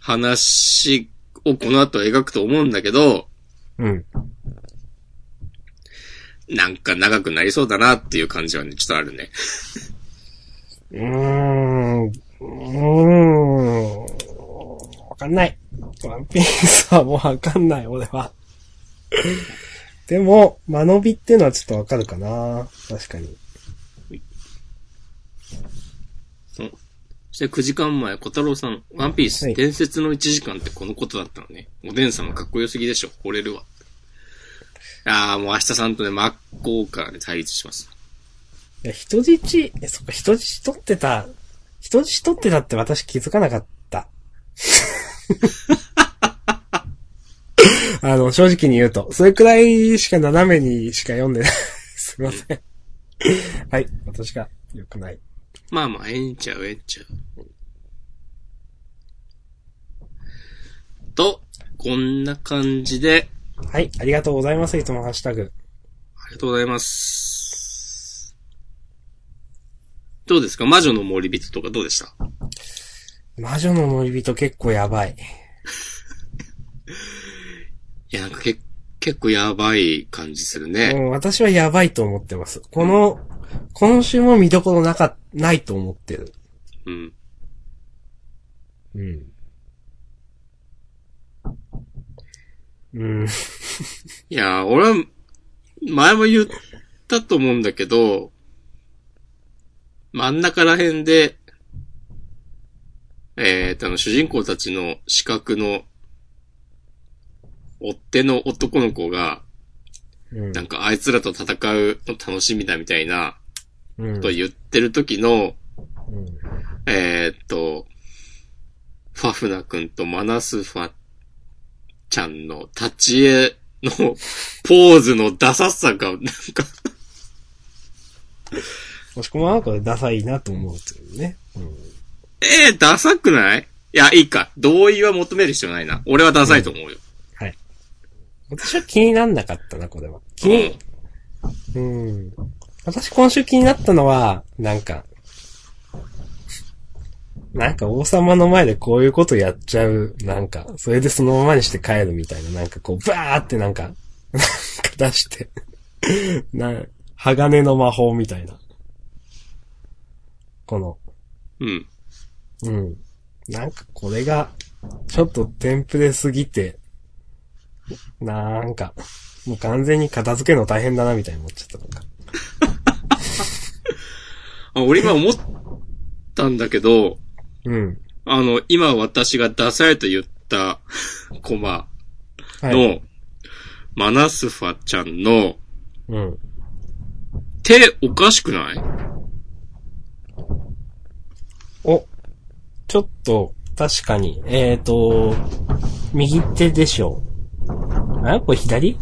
[SPEAKER 1] 話をこの後描くと思うんだけど、
[SPEAKER 2] うん。
[SPEAKER 1] なんか長くなりそうだなっていう感じはね、ちょっとあるね。
[SPEAKER 2] うーん。うーん。わかんない。ワンピースはもうわかんない、俺は。でも、間延びっていうのはちょっとわかるかな。確かに。
[SPEAKER 1] そして9時間前、小太郎さん、ワンピース、
[SPEAKER 2] はい
[SPEAKER 1] 伝説の1時間ってこのことだったのね。おでん様かっこよすぎでしょ、惚れるわ。ああ、もう明日さんとね、真っ向からね、対立します。
[SPEAKER 2] いや、人質、えそっか、人質取ってた、人質取ってたって私気づかなかった。 あの、正直に言うと、それくらいしか斜めにしか読んでない。 すいません。はい、私が良くない。
[SPEAKER 1] まあまあ、ええんちゃう、ええんちゃう。と、こんな感じで、
[SPEAKER 2] はい、ありがとうございます、いつもハッシュタグ。
[SPEAKER 1] ありがとうございます。どうですか魔女の森人とかどうでした
[SPEAKER 2] 魔女の森人結構やばい。
[SPEAKER 1] いや、なんかけ結構やばい感じする
[SPEAKER 2] う
[SPEAKER 1] ね。
[SPEAKER 2] ん、私はやばいと思ってます。この、今週も見どころなか、ないと思ってる。
[SPEAKER 1] うん。
[SPEAKER 2] うん。うん。
[SPEAKER 1] いや、俺は、前も言ったと思うんだけど、真ん中ら辺で、えーっと、あの、主人公たちの視覚の、追っ手の男の子が、
[SPEAKER 2] うん
[SPEAKER 1] なんかあいつらと戦うの楽しみだみたいな、
[SPEAKER 2] うん。
[SPEAKER 1] と言ってる時の、
[SPEAKER 2] うん
[SPEAKER 1] えーっと、ファフナ君とマナスファちゃんの立ち絵のポーズのダサさが、なんか、
[SPEAKER 2] もしくもなんかダサいなと思うというね。うん。
[SPEAKER 1] えー、ダサくないいや、いいか。同意は求める必要ないな。俺はダサいと思うよ。
[SPEAKER 2] はい。私は気になんなかったな、これは。気
[SPEAKER 1] う
[SPEAKER 2] に
[SPEAKER 1] ん、。
[SPEAKER 2] うん。私今週気になったのは、なんか、なんか王様の前でこういうことやっちゃう、なんか、それでそのままにして帰るみたいな、なんかこう、バーってなんか、なんか 出して、な、鋼の魔法みたいな。この、
[SPEAKER 1] うん。
[SPEAKER 2] うん。なんかこれが、ちょっとテンプレすぎて、なんか、もう完全に片付けるの大変だなみたいに思っちゃったのか。
[SPEAKER 1] あ、俺今思ったんだけど、
[SPEAKER 2] うん。
[SPEAKER 1] あの、今私がダサいと言ったコマ
[SPEAKER 2] はい。
[SPEAKER 1] の、マナスファちゃんの
[SPEAKER 2] うん。
[SPEAKER 1] 手おかしくない
[SPEAKER 2] お、ちょっと、確かに、えーと、右手でしょ。あこれ左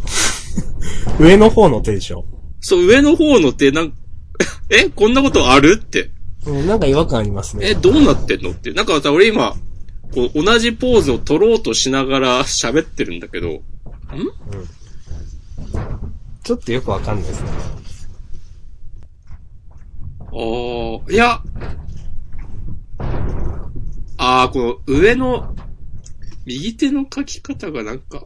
[SPEAKER 2] 上の方の手でしょ。
[SPEAKER 1] そう、上の方の手、なんか、 え、こんなことあるって。
[SPEAKER 2] うん、なんか違和感あります
[SPEAKER 1] え、
[SPEAKER 2] ね。
[SPEAKER 1] どうなってんのって。なんかさ、俺今、こう、同じポーズを取ろうとしながら 喋ってるんだけど、ん
[SPEAKER 2] ちょっとよくわかんないですね。
[SPEAKER 1] あー、いや、あー、この上の、右手の書き方がなんか、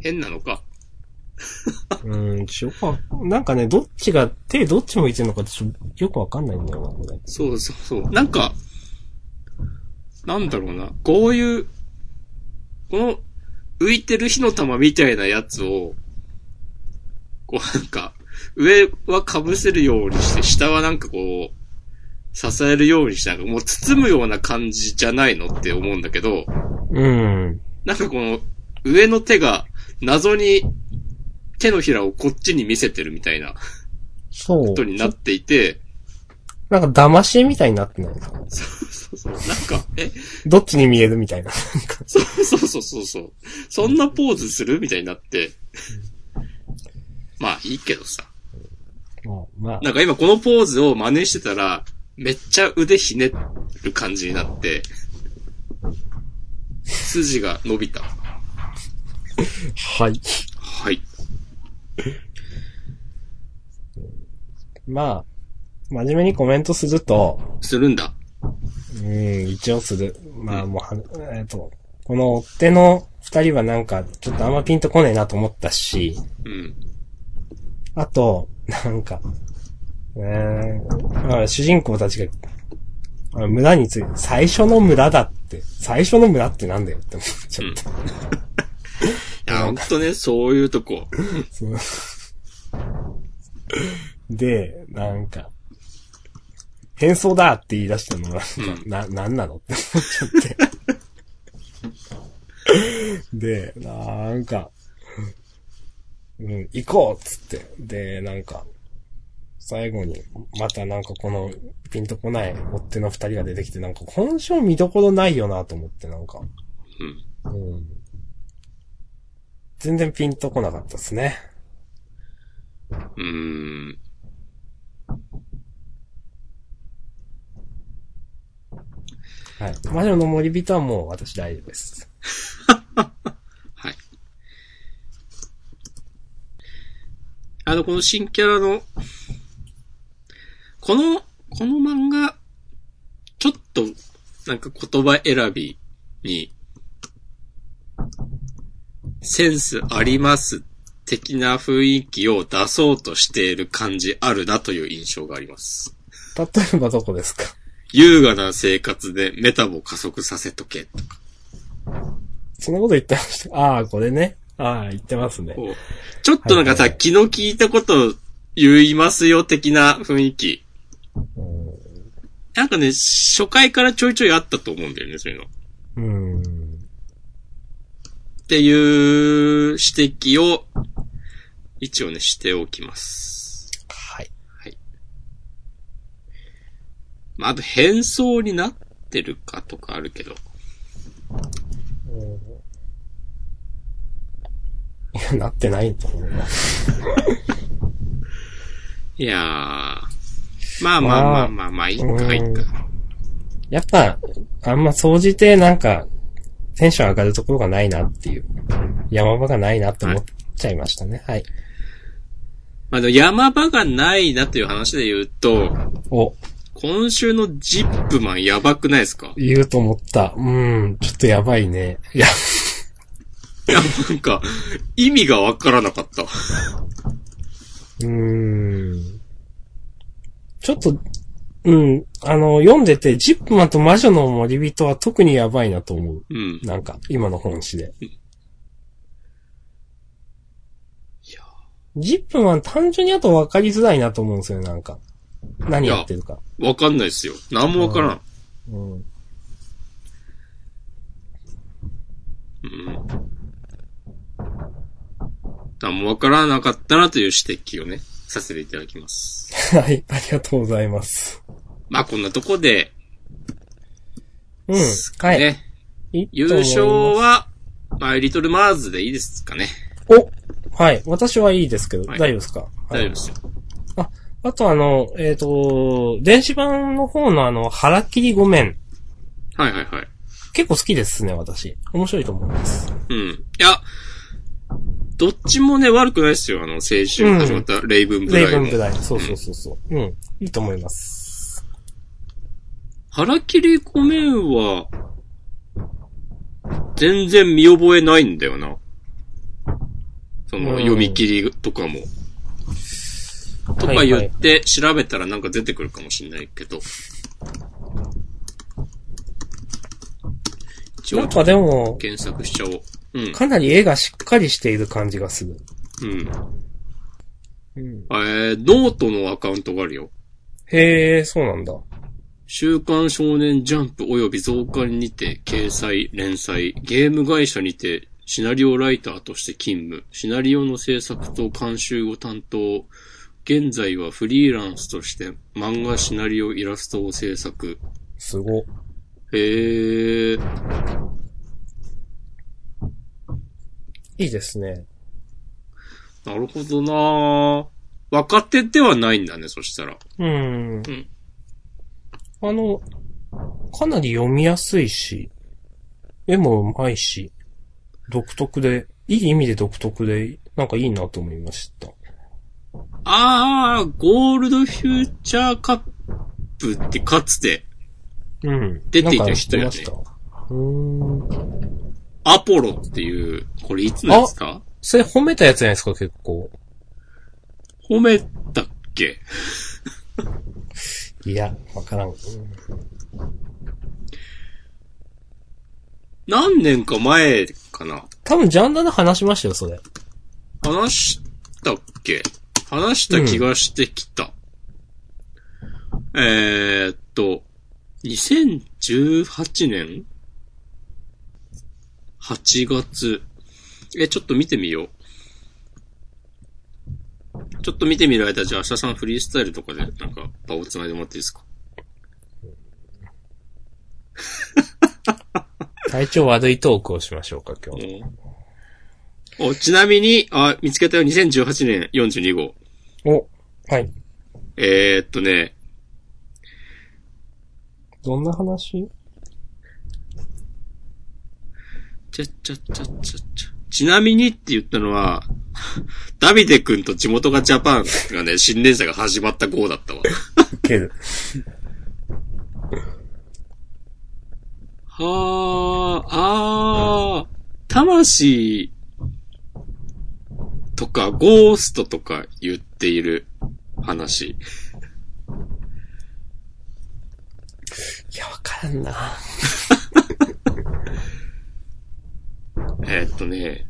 [SPEAKER 1] 変なのか。
[SPEAKER 2] うん、ちょよくわ、なんかね、どっちが、手どっち向いてるのかちょっとよくわかんないんだよな、これ。
[SPEAKER 1] そうそうそう。なんか、なんだろうな。こういう、この、浮いてる火の玉みたいなやつを、こうなんか、上は被せるようにして、下はなんかこう、支えるようにして、なんかもう包むような感じじゃないのって思うんだけど、
[SPEAKER 2] うん。
[SPEAKER 1] なんかこの、上の手が、謎に、手のひらをこっちに見せてるみたいな
[SPEAKER 2] そう。
[SPEAKER 1] ことになっていて、
[SPEAKER 2] なんか騙し絵みたいになってないですか
[SPEAKER 1] そうそう、なんか、え、
[SPEAKER 2] どっちに見えるみたいな。
[SPEAKER 1] そうそうそうそうそう。そんなポーズするみたいになって。まあいいけどさ。
[SPEAKER 2] もうまあ、
[SPEAKER 1] なんか今このポーズを真似してたら、めっちゃ腕ひねる感じになって、筋が伸びた。
[SPEAKER 2] はい。
[SPEAKER 1] はい。
[SPEAKER 2] まあ、真面目にコメントすると、
[SPEAKER 1] するんだ。
[SPEAKER 2] うん、一応する。まあもうは、えっと、この追っ手の二人はなんか、ちょっとあんまピンとこねえなと思ったし、
[SPEAKER 1] うん。
[SPEAKER 2] あと、なんか、えーまあ、主人公たちが、あの村について、最初の村だって、最初の村ってなんだよって思っちゃった。
[SPEAKER 1] いや、ほんとね、そういうとこ。
[SPEAKER 2] そうで、なんか、変装だって言い出したのが、
[SPEAKER 1] うん
[SPEAKER 2] な、なんなの って思っちゃって。で、なんか、うん、行こうっつって。で、なんか、最後に、またなんかこの、ピンとこない追っ手の二人が出てきて、なんか、本性見どころないよなと思って、なんか、
[SPEAKER 1] うん。
[SPEAKER 2] うん。全然ピンとこなかったですね。
[SPEAKER 1] うーん。
[SPEAKER 2] はい。魔女の森人はもう私大丈夫です。
[SPEAKER 1] はい。あの、この新キャラの、この、この漫画、ちょっと、なんか言葉選びに、センスあります的な雰囲気を出そうとしている感じあるなという印象があります。
[SPEAKER 2] 例えばどこですか
[SPEAKER 1] 優雅な生活でメタボ加速させとけとか。
[SPEAKER 2] そんなこと言ってました。ああ、これね。ああ、言ってますね。
[SPEAKER 1] こうちょっとなんかさ、
[SPEAKER 2] はいはいはい
[SPEAKER 1] 気の利いたこと言いますよ的な雰囲気。なんかね、初回からちょいちょいあったと思うんだよね、そういうの。っ
[SPEAKER 2] うん。
[SPEAKER 1] ていう指摘を、一応ね、しておきます。
[SPEAKER 2] はい。
[SPEAKER 1] まあ、あと変装になってるかとかあるけど。
[SPEAKER 2] いや、なってないと思います。
[SPEAKER 1] いやー。まあまあまあまあまあ、いいか、いいか。
[SPEAKER 2] やっぱ、あんま総じてなんか、テンション上がるところがないなっていう、山場がないなって思っちゃいましたね。はい。
[SPEAKER 1] まあでも山場がないなという話で言うと、
[SPEAKER 2] お、
[SPEAKER 1] 今週のジップマンやばくないですか
[SPEAKER 2] 言うと思った。うん、ちょっとやばいね。いや、
[SPEAKER 1] いや、なんか、意味がわからなかった。
[SPEAKER 2] うーん。ちょっと、うん、あの、読んでて、ジップマンと魔女の森人は特にやばいなと思う。
[SPEAKER 1] うん。
[SPEAKER 2] なんか、今の本誌で。
[SPEAKER 1] や
[SPEAKER 2] ジップマン単純にあと分かりづらいなと思うんですよね、なんか。何やってるか。
[SPEAKER 1] わかんないですよ。なんもわからん。
[SPEAKER 2] うん。
[SPEAKER 1] うん。なんもわからなかったなという指摘をね、させていただきます。
[SPEAKER 2] はい、ありがとうございます。
[SPEAKER 1] まあこんなとこで、
[SPEAKER 2] うん、はい。
[SPEAKER 1] ね、
[SPEAKER 2] いい
[SPEAKER 1] 優
[SPEAKER 2] と思います
[SPEAKER 1] 勝は、まあリトルマーズでいいですかね。
[SPEAKER 2] おはい、私はいいですけど、
[SPEAKER 1] はい
[SPEAKER 2] 大丈夫ですか
[SPEAKER 1] 大丈夫ですよ。
[SPEAKER 2] あとあの、えっ、と、電子版の方のあの、腹切りごめん。
[SPEAKER 1] はいはいはい。
[SPEAKER 2] 結構好きですね、私。面白いと思います。
[SPEAKER 1] うん。いや、どっちもね、悪くないですよ。あの、先週始まったレイブンブ
[SPEAKER 2] レイ
[SPEAKER 1] ライ
[SPEAKER 2] ブン
[SPEAKER 1] も
[SPEAKER 2] ブ。ライ。そうそうそうそう。うん。いいと思います。
[SPEAKER 1] 腹切りごめんは、全然見覚えないんだよな。その、
[SPEAKER 2] うん
[SPEAKER 1] 読み切りとかも。とか言って調べたらなんか出てくるかもしれないけど。一
[SPEAKER 2] な
[SPEAKER 1] 応
[SPEAKER 2] ん、かでも、
[SPEAKER 1] 検索しちゃおう。うん。
[SPEAKER 2] かなり絵がしっかりしている感じがする。
[SPEAKER 1] うん。
[SPEAKER 2] うん。
[SPEAKER 1] えー、ノートのアカウントがあるよ。
[SPEAKER 2] へえ、そうなんだ。
[SPEAKER 1] 週刊少年ジャンプ及び増刊にて掲載、連載、ゲーム会社にてシナリオライターとして勤務、シナリオの制作と監修を担当、現在はフリーランスとして漫画シナリオイラストを制作。
[SPEAKER 2] すご。
[SPEAKER 1] へえ、
[SPEAKER 2] いいですね。
[SPEAKER 1] なるほどなぁ。若手ではないんだね、そしたら。
[SPEAKER 2] うん
[SPEAKER 1] ん。
[SPEAKER 2] あの、かなり読みやすいし、絵も上手いし、独特で、いい意味で独特で、なんかいいなと思いました。
[SPEAKER 1] あー、ゴールドフューチャーカップってかつて、
[SPEAKER 2] うん。
[SPEAKER 1] 出てい
[SPEAKER 2] な
[SPEAKER 1] た
[SPEAKER 2] んか
[SPEAKER 1] 人やね
[SPEAKER 2] 知ってました。うーん。
[SPEAKER 1] アポロっていう、これいつなんですか
[SPEAKER 2] それ褒めたやつじゃないですか、結構。
[SPEAKER 1] 褒めたっけ
[SPEAKER 2] いや、わからん。うん
[SPEAKER 1] 何年か前かな
[SPEAKER 2] 多分ジャンダで話しましたよ、それ。
[SPEAKER 1] 話したっけ話した気がしてきた。えーっと、2018年 ?8 月。え、ちょっと見てみよう。ちょっと見てみる間、じゃあ、明日さんフリースタイルとかで、なんか、場を繋いでもらっていいですか
[SPEAKER 2] 体調悪いトークをしましょうか、今日。
[SPEAKER 1] おちなみに、あ、見つけたよ、2018年42号。
[SPEAKER 2] お、はい。
[SPEAKER 1] えー、っとね、
[SPEAKER 2] どんな話
[SPEAKER 1] ちゃっちゃっちゃっちゃっちゃ。ちなみにって言ったのは、 ダビデ君と地元がジャパンがね、新連載が始まった号だったわ。
[SPEAKER 2] 受ける。
[SPEAKER 1] はあ、ああ、魂とかゴーストとか言っている話。
[SPEAKER 2] いや、わからんな。
[SPEAKER 1] えーっとね、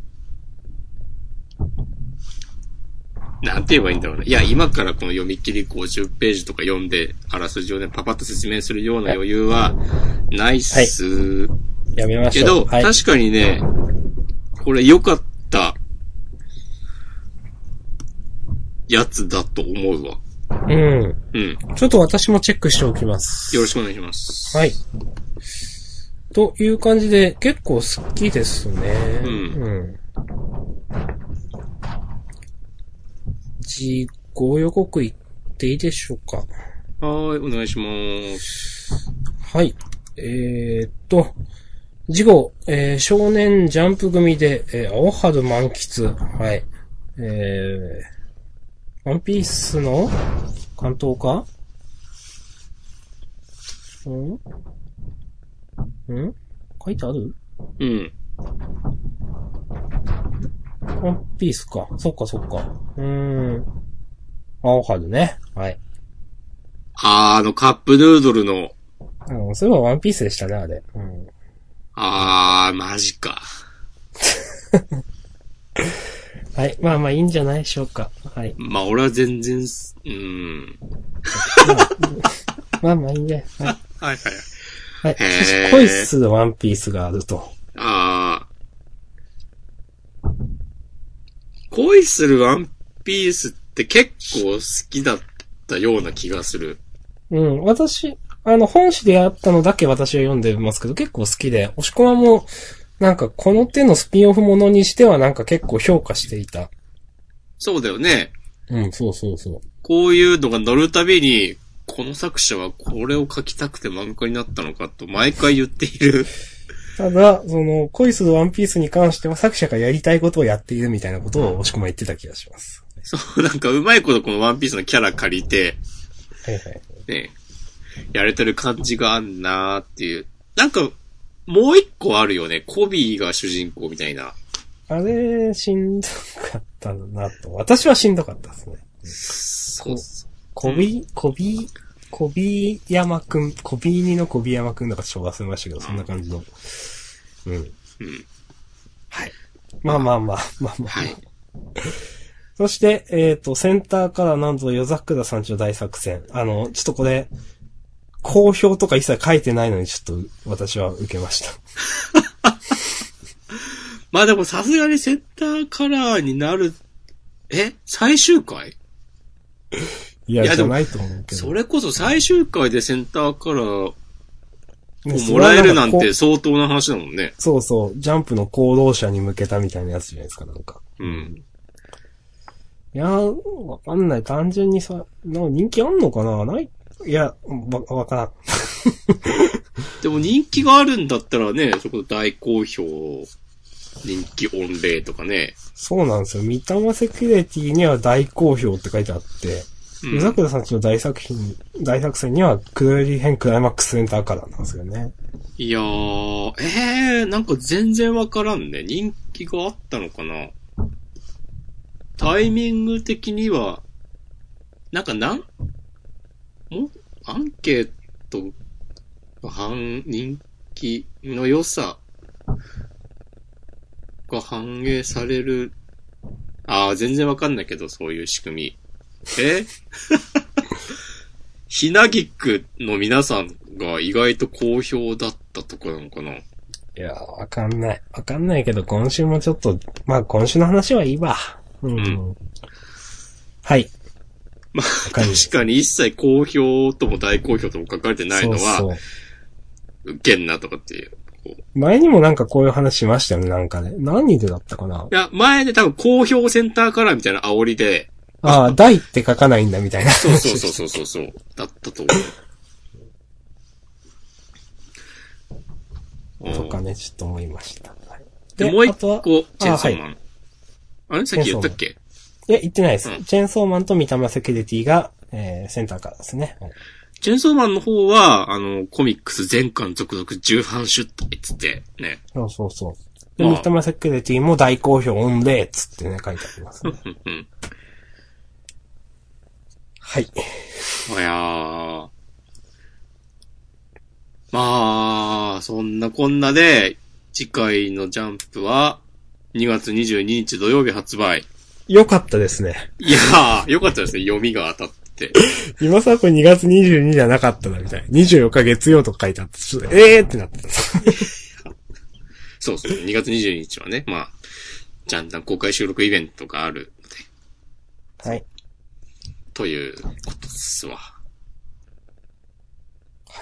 [SPEAKER 1] なんて言えばいいんだろうね。いや、今からこの読み切り50ページとか読んで、あらすじをね、パパッと説明するような余裕は、ないっす。
[SPEAKER 2] やめまし
[SPEAKER 1] け
[SPEAKER 2] ょ
[SPEAKER 1] ど、
[SPEAKER 2] う。はい、
[SPEAKER 1] 確かにね、これ良かった、やつだと思うわ。
[SPEAKER 2] うん。
[SPEAKER 1] うん。よ
[SPEAKER 2] ちょっと私もチェックしておきます。
[SPEAKER 1] ろしくお願いします。
[SPEAKER 2] はい。という感じで、結構好きですね。
[SPEAKER 1] うん
[SPEAKER 2] うん。事後予告行っていいでしょうか。
[SPEAKER 1] はーい、お願いします。
[SPEAKER 2] はい。えー、っと、事後、えー少年ジャンプ組で、えー青春満喫。はい。えー、ワンピースの関東かんん書いてある
[SPEAKER 1] うん。
[SPEAKER 2] ワンピースか。そっかそっか。うーん。青春ね。はい。
[SPEAKER 1] あー、あの、カップヌードルの、
[SPEAKER 2] うん、そういえばワンピースでしたね、あれ。うん。
[SPEAKER 1] あー、マジか。
[SPEAKER 2] はい。まあまあいいんじゃないでしょうか。はい。
[SPEAKER 1] まあ、俺は全然す、うん。
[SPEAKER 2] まあまあいいね。はい。
[SPEAKER 1] はいはい。
[SPEAKER 2] はい。
[SPEAKER 1] へー
[SPEAKER 2] しかし、恋するワンピースがあると。
[SPEAKER 1] ああ。恋するワンピースって結構好きだったような気がする。
[SPEAKER 2] うん。私、あの、本誌であったのだけ私は読んでますけど、結構好きで、押し込まも、なんかこの手のスピンオフものにしてはなんか結構評価していた。
[SPEAKER 1] そうだよね。
[SPEAKER 2] うん、そうそうそう。
[SPEAKER 1] こういうのが乗るたびに、この作者はこれを書きたくて漫画家になったのかと毎回言っている。
[SPEAKER 2] ただ、その、恋するワンピースに関しては作者がやりたいことをやっているみたいなことを押し込ま言ってた気がします。
[SPEAKER 1] そう、なんかうまいことこのワンピースのキャラ借りて、
[SPEAKER 2] はいはい。
[SPEAKER 1] ね、やれてる感じがあんなーっていう。なんか、もう一個あるよね。コビーが主人公みたいな。
[SPEAKER 2] あれ、しんどかったなと。私はしんどかったですね。
[SPEAKER 1] そう
[SPEAKER 2] こび、こび、こび山くん、こびにのこび山くんだからちょっと忘れましたけど、そんな感じの。うん。
[SPEAKER 1] うん。
[SPEAKER 2] はい。まあまあまあ、まあまあ。
[SPEAKER 1] はい。
[SPEAKER 2] そして、えっ、と、センターからなんと夜桜さんちの大作戦。あの、ちょっとこれ、公表とか一切書いてないのに、ちょっと私は受けました。
[SPEAKER 1] まあでもさすがにセンターカラーになる、え最終回
[SPEAKER 2] いや、
[SPEAKER 1] いや
[SPEAKER 2] じ
[SPEAKER 1] で
[SPEAKER 2] ゃ
[SPEAKER 1] も
[SPEAKER 2] ないと思うけど。
[SPEAKER 1] それこそ最終回でセンターカラーを
[SPEAKER 2] ね
[SPEAKER 1] もらえるなんて
[SPEAKER 2] それはかこ
[SPEAKER 1] 相当な話だもんね。
[SPEAKER 2] うそうそう、ジャンプの行動者に向けたみたいなやつじゃないですか、なんか。
[SPEAKER 1] うん。
[SPEAKER 2] いやー、わかんない。単純にさ、なんか人気あんのかなないいや、わ、わからん。
[SPEAKER 1] でも人気があるんだったらね、そこ大好評、人気御礼とかね。
[SPEAKER 2] そうなんですよ。三玉セキュリティには大好評って書いてあって、
[SPEAKER 1] う
[SPEAKER 2] 夜
[SPEAKER 1] ん、
[SPEAKER 2] 桜さんちの大作品、大作戦には、黒百合編クライマックスセンターからなんですよね。
[SPEAKER 1] いやー、えー、なんか全然わからんね。人気があったのかなタイミング的には、なんかなん、んアンケート、反、人気の良さが反映される。ああ、全然わかんないけど、そういう仕組み。えひなぎくの皆さんが意外と好評だったとこなのかない
[SPEAKER 2] やー、わかんない。わかんないけど、今週もちょっと、まあ今週の話はいいわ。うん。
[SPEAKER 1] うん
[SPEAKER 2] はい。
[SPEAKER 1] まあ、
[SPEAKER 2] かりま
[SPEAKER 1] 確かに一切好評とも大好評とも書かれて ないの
[SPEAKER 2] そう
[SPEAKER 1] は、
[SPEAKER 2] そう。
[SPEAKER 1] ウケんなとかっていう。こう
[SPEAKER 2] 前にもなんかこういう話しましたよね、なんかね。何人でだったかない
[SPEAKER 1] や、前で多分好評センターカラーみたいな煽りで、
[SPEAKER 2] ああ、大って書かないんだみたいな。
[SPEAKER 1] そうそうそうそうそうそう、だったと 思う。
[SPEAKER 2] とかね、ちょっと思いました。はい
[SPEAKER 1] うんで、もう一
[SPEAKER 2] あとは
[SPEAKER 1] 個、チェーンソー
[SPEAKER 2] あ
[SPEAKER 1] マン。あれさっき言ったっけ
[SPEAKER 2] いや、言ってないです。
[SPEAKER 1] うん
[SPEAKER 2] チェーンソーマンと三玉セキュリティが、えー、センターからですね。はい
[SPEAKER 1] チェーンソーマンの方は、あの、コミックス全巻続々13出体っつって、ね。
[SPEAKER 2] そうそうそう。で、
[SPEAKER 1] まあ
[SPEAKER 2] 三玉セキュリティも大好評御礼っつってね、書いてありますね。
[SPEAKER 1] うんうん。
[SPEAKER 2] はい。
[SPEAKER 1] いやー。まあ、そんなこんなで、次回のジャンプは、2月22日土曜日発売。
[SPEAKER 2] 良かったですね。
[SPEAKER 1] いやー、よかったですね。読みが当たって。
[SPEAKER 2] 今さ、これ2月22じゃなかったな、みたいな。24日月曜とか書いてあって、ちょっとえーってなってた。
[SPEAKER 1] そうですね。2月22日はね、まあ、じゃんだん公開収録イベントがあるので、
[SPEAKER 2] はい。
[SPEAKER 1] ということっすわ。
[SPEAKER 2] は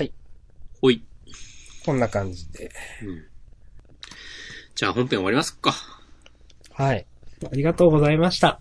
[SPEAKER 2] い。
[SPEAKER 1] ほい。
[SPEAKER 2] こんな感じで。
[SPEAKER 1] じゃあ本編終わりますか。
[SPEAKER 2] はい。ありがとうございました。